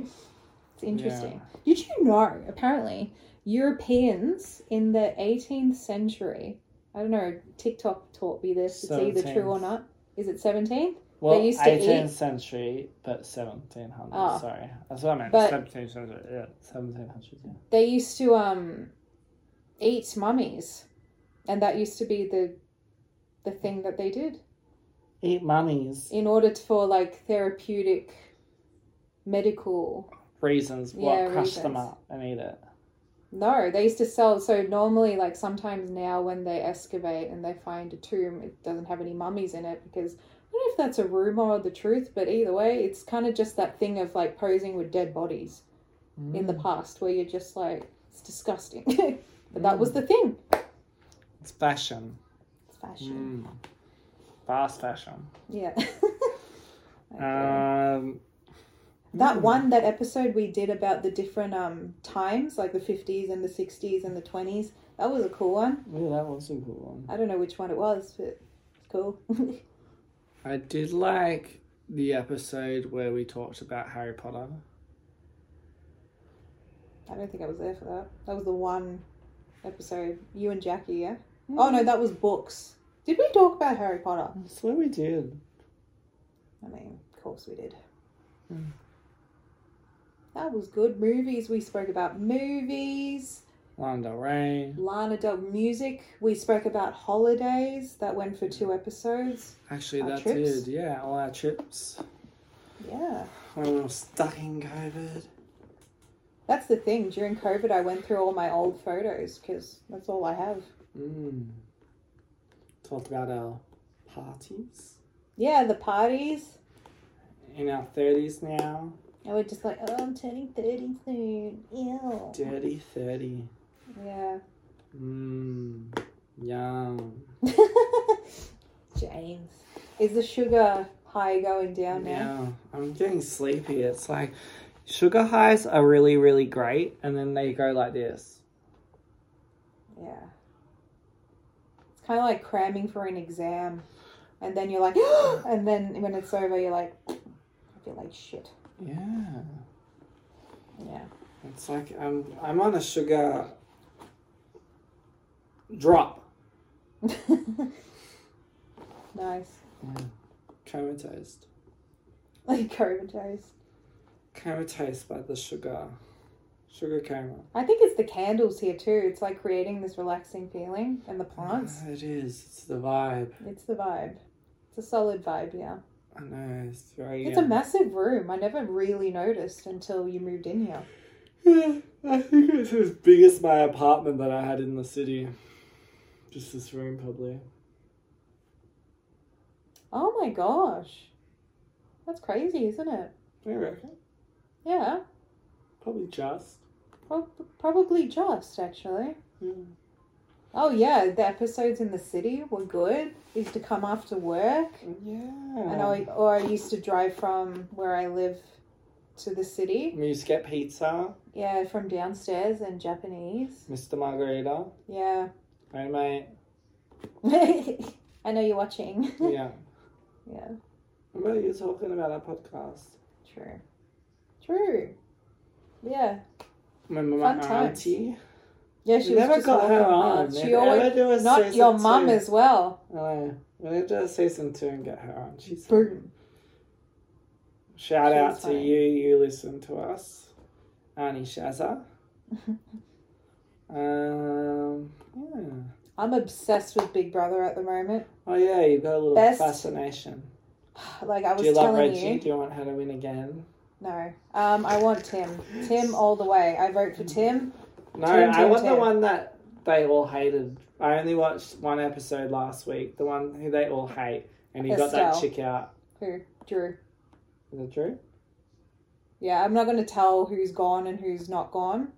it's interesting. Did you know apparently Europeans in the 18th century, I don't know, TikTok taught me this, it's either true or 17th. not. Is it 17th? Well, used to 18th eat- century, but 1700. Oh. Sorry, that's what I meant. But- 17th century, yeah, 1700. Yeah. they used to um eat mummies and that used to be the the thing that they did Eat mummies. in order to, for like therapeutic medical Reasons what Yeah, crush them reasons. up and eat it. no they used to sell so normally like sometimes now when they excavate and they find a tomb it doesn't have any mummies in it because I don't know if that's a rumor or the truth, but either way, it's kind of just that thing of like posing with dead bodies in the Mm. past where you're just like, it's disgusting. but that was the thing. It's fashion. It's fashion. Mm. Fast fashion. Yeah. Um, that one, that episode we did about the different um times, like the 50s and the 60s and the 20s, that was a cool one. yeah, that was a good one. I don't know which one it was, but it's cool. I did like the episode where we talked about Harry Potter. I don't think I was there for that. That was the one episode. You and Jackie, yeah? Hmm. Oh, no, that was books. Did we talk about Harry Potter? That's what we did. I mean, of course we did. That was good. Movies, we spoke about movies. Lana Del Rey. Lana Del Music, we spoke about holidays. That went for two episodes. Actually, Our that trips? did. Yeah, all our trips. Yeah. When we were stuck in COVID. That's the thing. During COVID, I went through all my old photos because that's all I have. Mm. Talked about our parties. Yeah, the parties. In our 30s now. And we're just like, oh, I'm turning 30 soon. Ew. Dirty 30. Yeah. Mmm. Yum. James. Is the sugar high going down now? Yeah, I'm getting sleepy. It's like sugar highs are really, really great, and then they go like this. Yeah. It's kind of like cramming for an exam. And then you're like, and then when it's over, you're like, I feel like shit. Yeah, Yeah. it's like I'm I'm on a sugar drop. nice. Comatose. Like comatose. Comatose by the sugar. Sugar coma. I think it's the candles here too. It's like creating this relaxing feeling and the plants. It is. It's the vibe. It's the vibe. It's a solid vibe, yeah. I know. It's very. uh, It's a massive room. I never really noticed until you moved in here. Yeah, I think it's as big as my apartment that I had in the city. Just this room, probably. Oh my gosh. That's crazy, isn't it? I reckon. Yeah. Probably just. Prob- Probably just, actually. Yeah. Oh, yeah, the episodes in the city were good. I used to come after work, and I, or I used to drive from where I live to the city. We used to get pizza, Yeah, from downstairs and Japanese. Mr. Margarita. Yeah. Hey, mate. I know you're watching. Yeah. yeah, Remember you talking about our podcast? true. True. Yeah. Remember Fun my times. auntie? Yeah, We she was never just got her walking on. past. Maybe She always ever do a not season your mum two. as well. No. We need to do a season two and get her on. She's Boom. Shout She out was to funny. you. You listen to us, Annie Shazza. um. Yeah. I'm obsessed with Big Brother at the moment. Oh yeah, you got a little Best- fascination. Like I was Do you love telling Reggie? you. Do you want her to win again? No. Um, I want Tim. Tim all the way. I vote for Tim. No, Tim, I Tim, want the Tim. one that they all hated. I only watched one episode last week. The one who they all hate, and he got that Estelle. chick out. Who? Drew. Is it Drew? Yeah, I'm not going to tell who's gone and who's not gone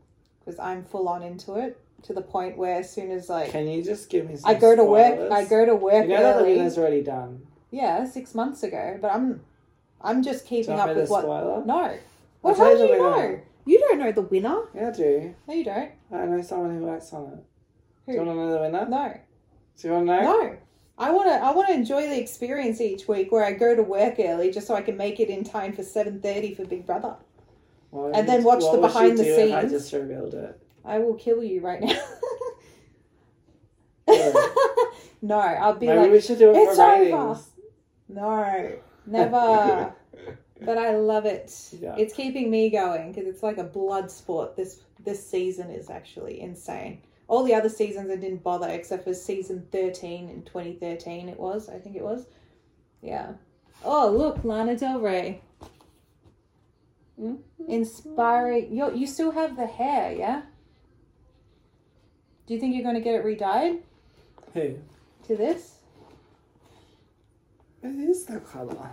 because I'm full on into it to the point where as soon as like Can you just give me? Some I go to work, spoilers? I go to work You know that the early. winner's already done. Yeah, six months ago. But I'm, I'm just Do keeping you up want me to with what. spoiler? No. I'll Well, tell how you do the you winner. know? You don't know the winner. Yeah, I do. No, you don't. I know someone who works on it. Who? Do you want to know the winner? No. Do you want to know? No. I want to. I want to enjoy the experience each week where I go to work early just so I can make it in time for seven thirty for Big Brother. Well, And you- then watch what the would you behind the do if I scenes. just revealed it. I will kill you right now. Yeah. no, I'll be Maybe like, we should do it "It's for over." ratings. no, never. but I love it. Yeah. It's keeping me going because it's like a blood sport. This this season is actually insane. All the other seasons I didn't bother except for season thirteen in twenty thirteen. It was, I think it was. Yeah. Oh look, Lana Del Rey. Inspiring. You you still have the hair, yeah? Do you think you're going to get it re-dyed Who? to this? It is the colour.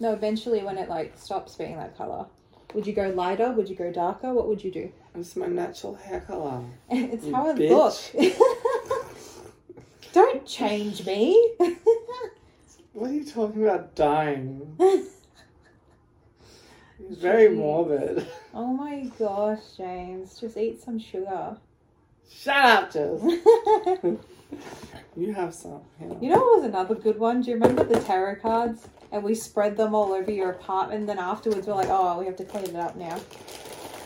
No, eventually when it like stops being that color. Would you go lighter? Would you go darker? What would you do? It's my natural hair colour. It's You how I bitch. look. Don't change me. What are you talking about dying? It's very Jeez. morbid. oh my gosh, James. Just eat some sugar. Shut up, Jess. you You have some. Here. know what was another good one? Do you remember the tarot cards? And we spread them all over your apartment. Then afterwards, we're like, oh, we have to clean it up now.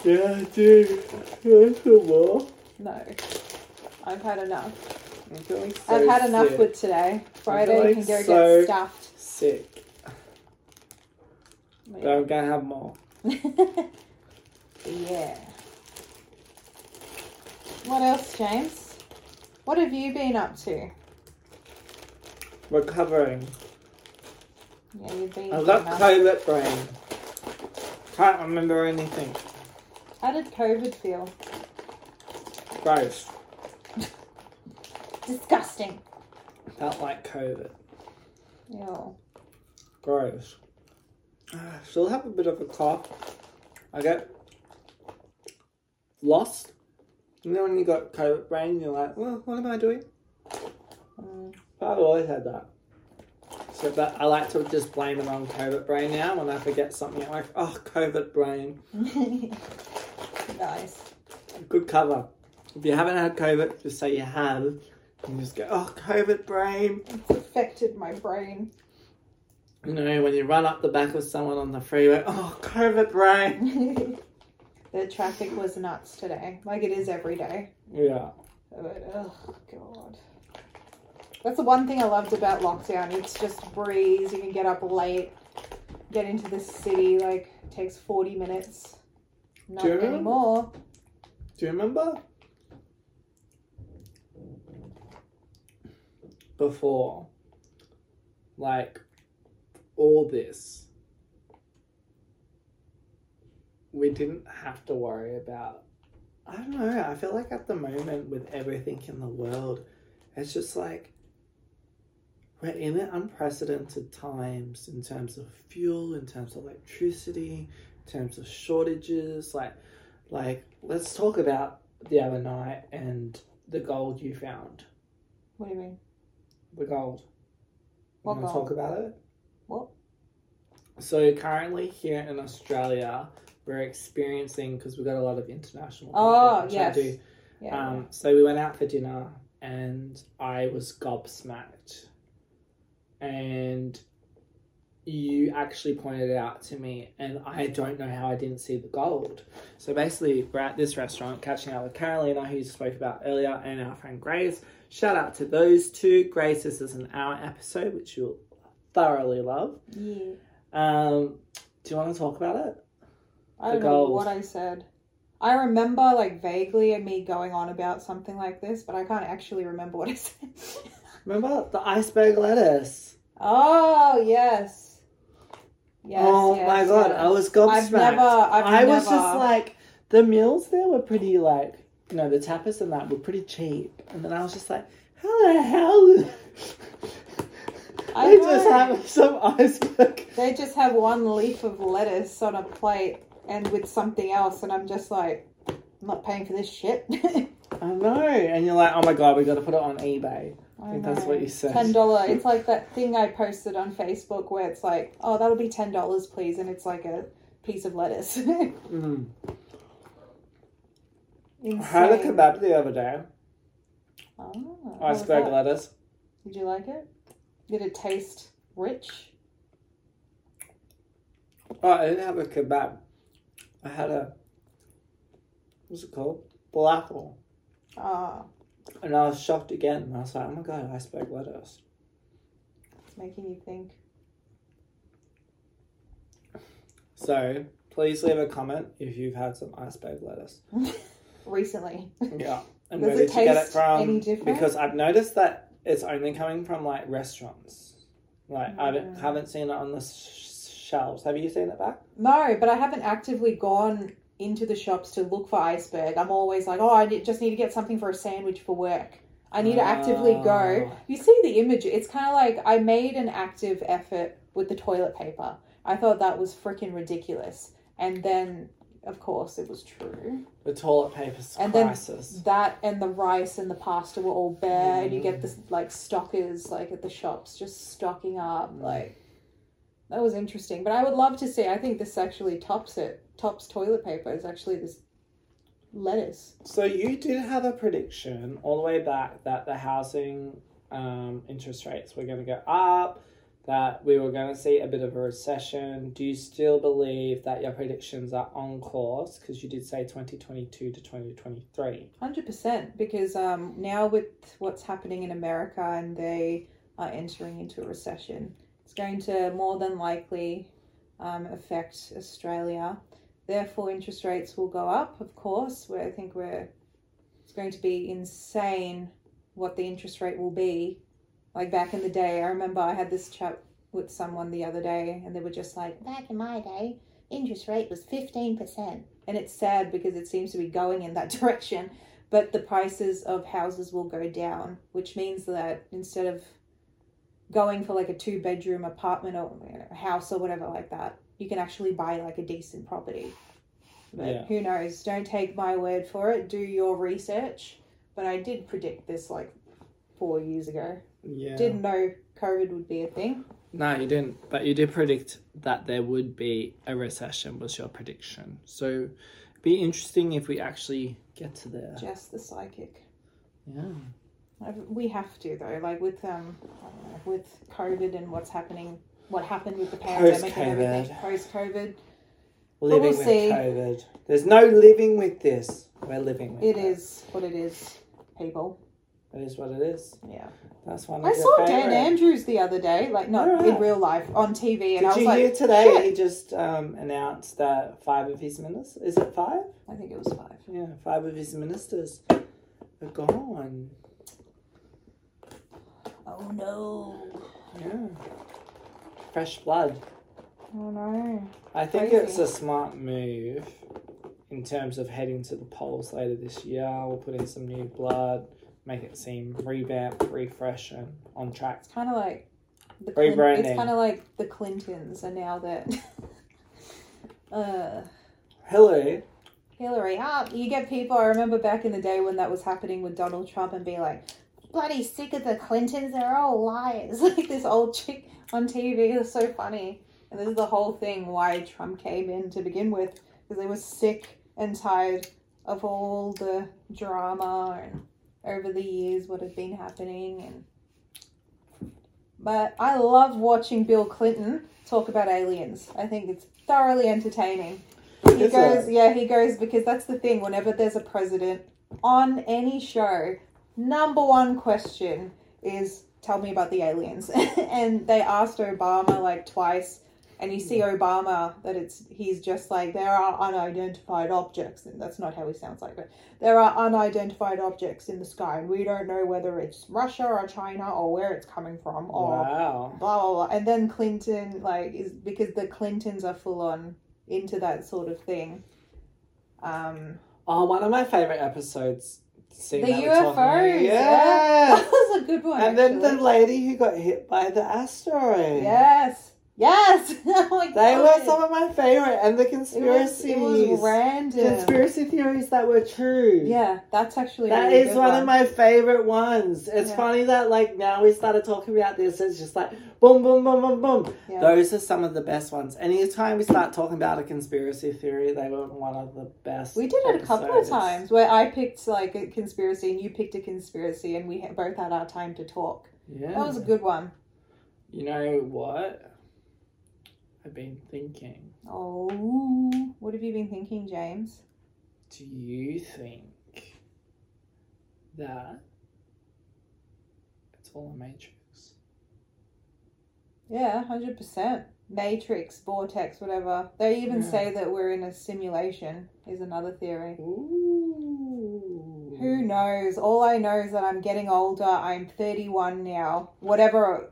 Yeah, dude. Here's the wall. No. I've had enough. I'm feeling so I've had enough sick. with today. Friday, you like can go so- get stuffed. Sick. But I'm gonna have more. yeah. What else, James? What have you been up to? Yeah, Recovering. you've been. I got enough. COVID brain. Can't remember anything. How did COVID feel? Gross. Disgusting. Felt like COVID. Ew. Gross. Ah, Still have a bit of a cough. I get lost. You know when you got COVID brain, you're like, well, what am I doing? Um, Mm. I've always had that. So that I like to just blame it on COVID brain now. When I forget something, I'm like, oh, COVID brain. nice. Good cover. If you haven't had COVID, just say you have. And just go, oh, COVID brain. It's affected my brain. You know, when you run up the back of someone on the freeway, oh, COVID brain. the traffic was nuts today, like it is every day. Yeah. But, oh, God. That's the one thing I loved about lockdown. It's just a breeze. You can get up late, get into the city, like, takes 40 minutes. Not Do you remember? anymore. Do you remember? Before, like, all this, we didn't have to worry about. I don't know, I feel like at the moment, with everything in the world, it's just like we're in an unprecedented times in terms of fuel, in terms of electricity, in terms of shortages, like like, let's talk about the other night and the gold you found. What do you mean? The gold. What Want to gold? talk about it? What? So currently here in Australia, we're experiencing because we've got a lot of international. people, Oh, which I yes. do. Yeah. Um, so we went out for dinner and I was gobsmacked. And you actually pointed it out to me, and I don't know how I didn't see the gold. So basically, we're at this restaurant catching up with Carolina, who you spoke about earlier, and our friend Grace. Shout out to those two. Grace, this is an hour episode, which you'll thoroughly love. yeah. Um, do you want to talk about it? I the don't know goals. what I said. I remember like vaguely me going on about something like this, but I can't actually remember what I said. Remember the iceberg lettuce? oh yes, yes. oh yes, my god, yes. I was gobsmacked. I've never. I've I was never- just like, the meals there were pretty like, you know, the tapas and that were pretty cheap. And then I was just like, how the hell? I they just know. have some iceberg. They just have one leaf of lettuce on a plate and with something else, and I'm just like, I'm not paying for this shit. I I know. And you're like, oh my god, we got to put it on eBay. I think that's know. what you said. Ten dollar. It's like that thing I posted on Facebook where it's like, oh, that'll be ten dollars, please, and it's like a piece of lettuce. Mm. I Insane. had a kebab the other day, Oh, what was iceberg that? lettuce. Did you like it? Did it taste rich? Oh, I didn't have a kebab. I had a, what's it called? Falafel. Ah, And I was shocked again. And I was like, oh my god, iceberg lettuce. it's making you think. So please leave a comment if you've had some iceberg lettuce. Recently. Yeah. And Does where did it you get it taste from? any different? Because I've noticed that it's only coming from like restaurants. Like I don't- Mm. haven't seen it on the sh- shelves. Have you seen it back? No, but I haven't actively gone into the shops to look for iceberg. I'm always like, oh, I ne- just need to get something for a sandwich for work. I need to actively go. Oh. You see the image. It's kind of like I made an active effort with the toilet paper. I thought that was freaking ridiculous. And then of course, it was true. The toilet paper And then- crisis. That and the rice and the pasta were all bare, and you get this like stockers like at the shops just stocking up. Like that was interesting, but I would love to see. I think this actually tops it. Tops toilet paper is actually this lettuce. So you did have a prediction all the way back that the housing um, interest rates were going to go up, that we were going to see a bit of a recession. Do you still believe that your predictions are on course? Because you did say 2022 to 2023. Hundred percent, because um, now with what's happening in America and they are entering into a recession, it's going to more than likely um, affect Australia. Therefore, interest rates will go up. Of course, where I think we're it's going to be insane what the interest rate will be. Like back in the day, I remember I had this chat with someone the other day, and they were just like, "Back in my day, interest rate was fifteen percent," and it's sad because it seems to be going in that direction but the prices of houses will go down, which means that instead of going for like a two bedroom apartment or you know, house or whatever like that, you can actually buy like a decent property. But Yeah. who knows? Don't take my word for it. Do your research. But I did predict this like four years ago. Yeah. Didn't know COVID would be a thing. No, you didn't. But you did predict that there would be a recession, was your prediction. So it'd be interesting if we actually get to there. Just the psychic. Yeah. I've- We have to though, like with um, I don't know, with COVID and what's happening, what happened with the pandemic and everything post COVID. Living we'll with see. COVID. There's no living with this. We're living with It it. is what it is, people. It is what it is. Yeah. That's one. Of I your saw Dan favorite. Andrews the other day, like not Yeah. in real life, on TV, and Did I was you like, hear today? "Shit." He just um, announced that five of his ministers. Is it five? I think it was five. Yeah, five of his ministers are gone. Oh no. Yeah. Fresh blood. Oh no. I think Crazy. it's a smart move in terms of heading to the polls later this year. We'll put in some new blood, make it seem revamped, refresh, and on track. It's kind of like the Very Clin- brand It's name. kind of like the Clintons, and now that uh, Hello. Hillary up, you get people. I remember back in the day when that was happening with Donald Trump, and be like, bloody sick of the Clintons. They're all liars. Like this old chick on TV. It's so funny. And this is the whole thing why Trump came in to begin with, because they were sick and tired of all the drama and over the years what had been happening. And but I love watching Bill Clinton talk about aliens. I think it's thoroughly entertaining. He Is goes, it? yeah, he goes because that's the thing. Whenever there's a president on any show, number one question is tell me about the aliens and they asked obama like twice and you Hmm. see obama that it's he's just like there are unidentified objects and that's not how he sounds like but there are unidentified objects in the sky and we don't know whether it's russia or china or where it's coming from or Wow. blah blah blah. And then Clinton like is because the Clintons are full on into that sort of thing. Um, Oh, one of my favorite episodes. Seeing The that we're talking about- UFOs, Yeah. that was a good one. And then the actually. lady who got hit by the asteroid. yes, yes. oh my They God. were some of my favorite, and the It was, conspiracies. it was random. Conspiracy theories that were true. Yeah, that's actually That really is good one, of my favorite ones. It's Yeah. funny that like now we started talking about this. It's just like boom, boom, boom, boom, boom. Yeah. Those are some of the best ones. Anytime we start talking about a conspiracy theory, they were one of the best. We did it a couple episodes. of times where I picked like a conspiracy and you picked a conspiracy and we ha- both had our time to talk. Yeah. That was a good one. You know what? I've been thinking. Oh, what have you been thinking, James? Do you think that it's all a matrix? Yeah, hundred percent. Matrix, vortex, whatever. They even Yeah. say that we're in a simulation. Is another theory. Ooh. Who knows? All I know is that I'm getting older. I'm 31 now. Whatever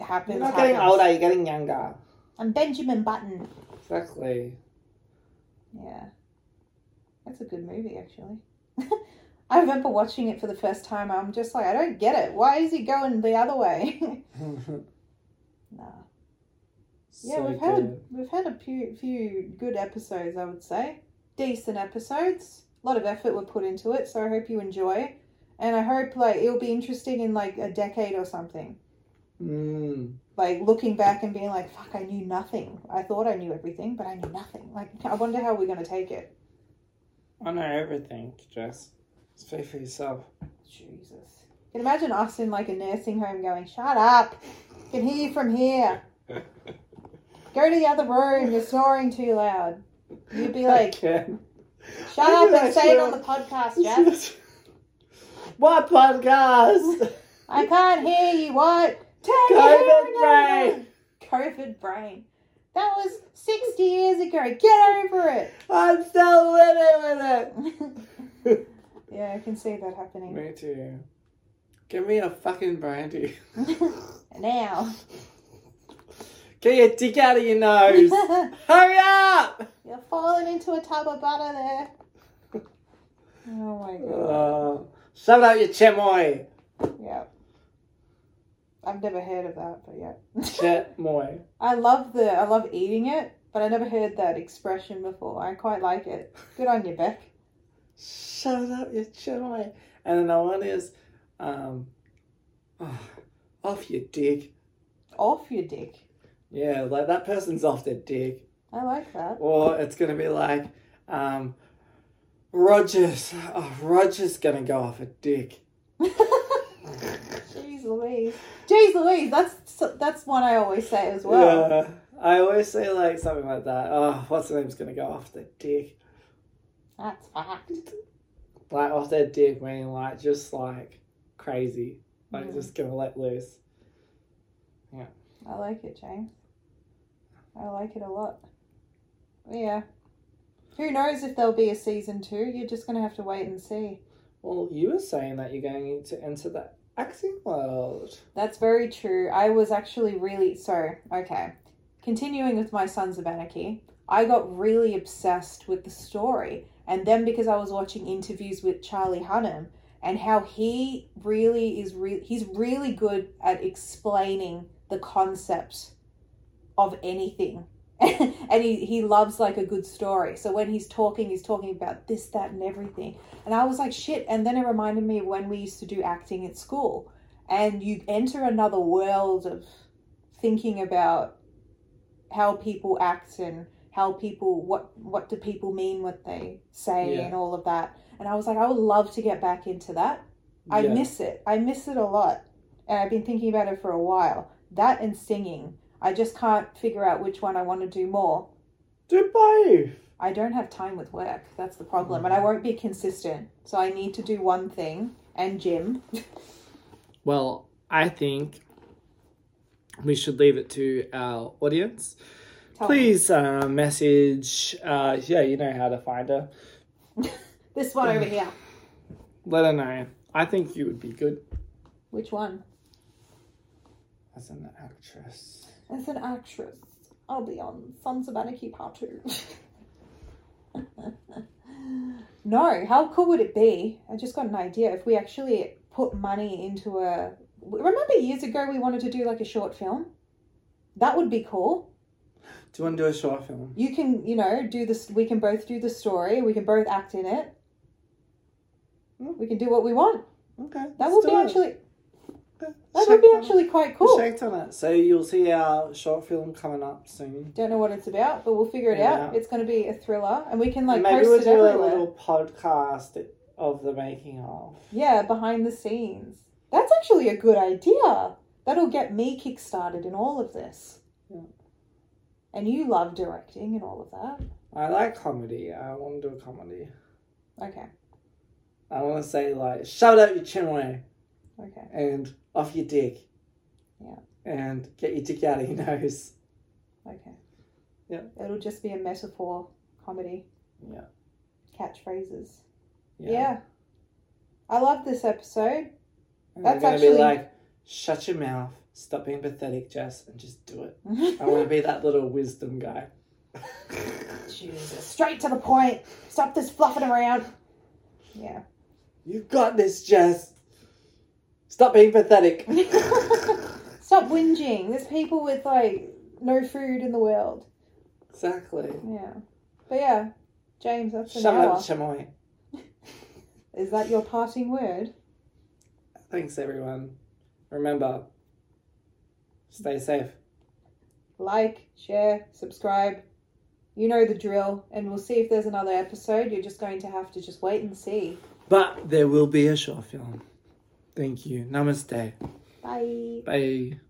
happens, You're not getting happens. older, you're getting younger. I'm Benjamin Button. Exactly. Yeah, that's a good movie actually. I remember watching it for the first time. I'm just like, I don't get it. Why is he going the other way? nah. Yeah, So we've had good. we've had a few, few good episodes, I would say. decent episodes. A lot of effort were put into it, so I hope you enjoy. And I hope like it'll be interesting in like a decade or something. Mm. Like looking back and being like, "Fuck, I knew nothing. I thought I knew everything, but I knew nothing." Like, I wonder how we're gonna take it. I know everything, Jess. Speak for yourself. Jesus. Can imagine us in like a nursing home going, shut up. Can hear you from here. Go to the other room. You're snoring too loud. You'd be like, Again. shut I up can and say it on the actually- podcast, Jeff. what podcast? I can't hear you. What? Turn your hearing COVID aid brain. on. COVID brain. That was 60 years ago. Get over it. I'm still living yeah, I can see that happening. with it. Me too. Give me a fucking brandy. now. Get your dick out of your nose. Hurry up! You're falling into a tub of butter there. Oh my god. Uh, shut up, you chamoy. Yeah. I've never heard of that, but yeah. Chamoy. I love the I love eating it, but I never heard that expression before. I quite like it. Good on you, Beck. Shut up, you chamoy. And another one is, um, oh, off your dick. Off your dick. Yeah, like that person's off their dick. I like that. Or it's gonna be like, um, Rogers. Oh, Rogers gonna go off a dick. Jeez Louise. Jeez Louise. That's that's one I always say as well. Yeah. I always say like something like that. Oh, what's the name's gonna go off the dick? That's fact. Like off their dick, meaning like just like crazy, like Yeah. just gonna let loose. I like it, James. I like it a lot. Yeah. Who knows if there'll be a season two? You're just gonna have to wait and see. Well, you were saying that you're going to enter the acting world. That's very true. I was actually really so okay. Continuing with my Sons of Anarchy, I got really obsessed with the story, and then because I was watching interviews with Charlie Hunnam and how he really is re- he's really good at explaining the concept of anything. and he, he loves like a good story. So when he's talking, he's talking about this, that, and everything. And I was like, shit. And then it reminded me of when we used to do acting at school and you enter another world of thinking about how people act and how people what what do people mean what they say Yeah. and all of that and i was like i would love to get back into that i Yeah. miss it i miss it a lot and i've been thinking about it for a while that and singing i just can't figure out which one i want to do more Do both. I don't have time with work. That's the problem. Mm-hmm. And I won't be consistent. So I need to do one thing and gym. Well, I think we should leave it to our audience. Tell me. Please uh, message. Uh, yeah, you know how to find her. This one over here. Let her know. I think you would be good Which one? as an actress. As an actress, I'll be on Sons of Anarchy Part 2. no, how cool would it be? I just got an idea. If we actually put money into a. Remember years ago we wanted to do like a short film? That would be cool. Do you want to do a short film? You can, you know, do this. We can both do the story. We can both act in it. Hmm. We can do what we want. Okay. That let's would be do it. actually. Okay, That shaked would be on it. actually quite We cool. Shaked on it. So you'll see our short film coming up soon. Don't know what it's about, but we'll figure it Yeah. out. It's going to be a thriller, and we can like Maybe we'll post it do a everywhere. little podcast of the making of. Yeah, behind the scenes. That's actually a good idea. That'll get me kickstarted in all of this. Yeah. And you love directing and all of I like comedy. I want to do a comedy. that. Okay, I want to say like, shout out your chinway okay. and off your dick. Yeah. And get your dick out of your nose. Okay. Yeah. It'll just be a metaphor comedy. Yeah. Catchphrases. Yeah. I love this episode. And That's they're gonna actually- be like, shut your mouth, stop being pathetic, Jess, and just do it. I want to Jesus. be that little wisdom guy. Straight to the point. Stop this fluffing around. Yeah. you got this, Jess. Stop being pathetic. Stop whinging. There's people with like no food in the world. exactly. Yeah. But yeah, James, that's an Shut hour. up, Chamoy. Is that your parting word? Thanks, everyone. Remember, stay safe. Like, share, subscribe. You know the drill. And we'll see if there's another episode. You're just going to have to just wait and see. But there will be a short film. Thank you. Namaste. Bye. Bye.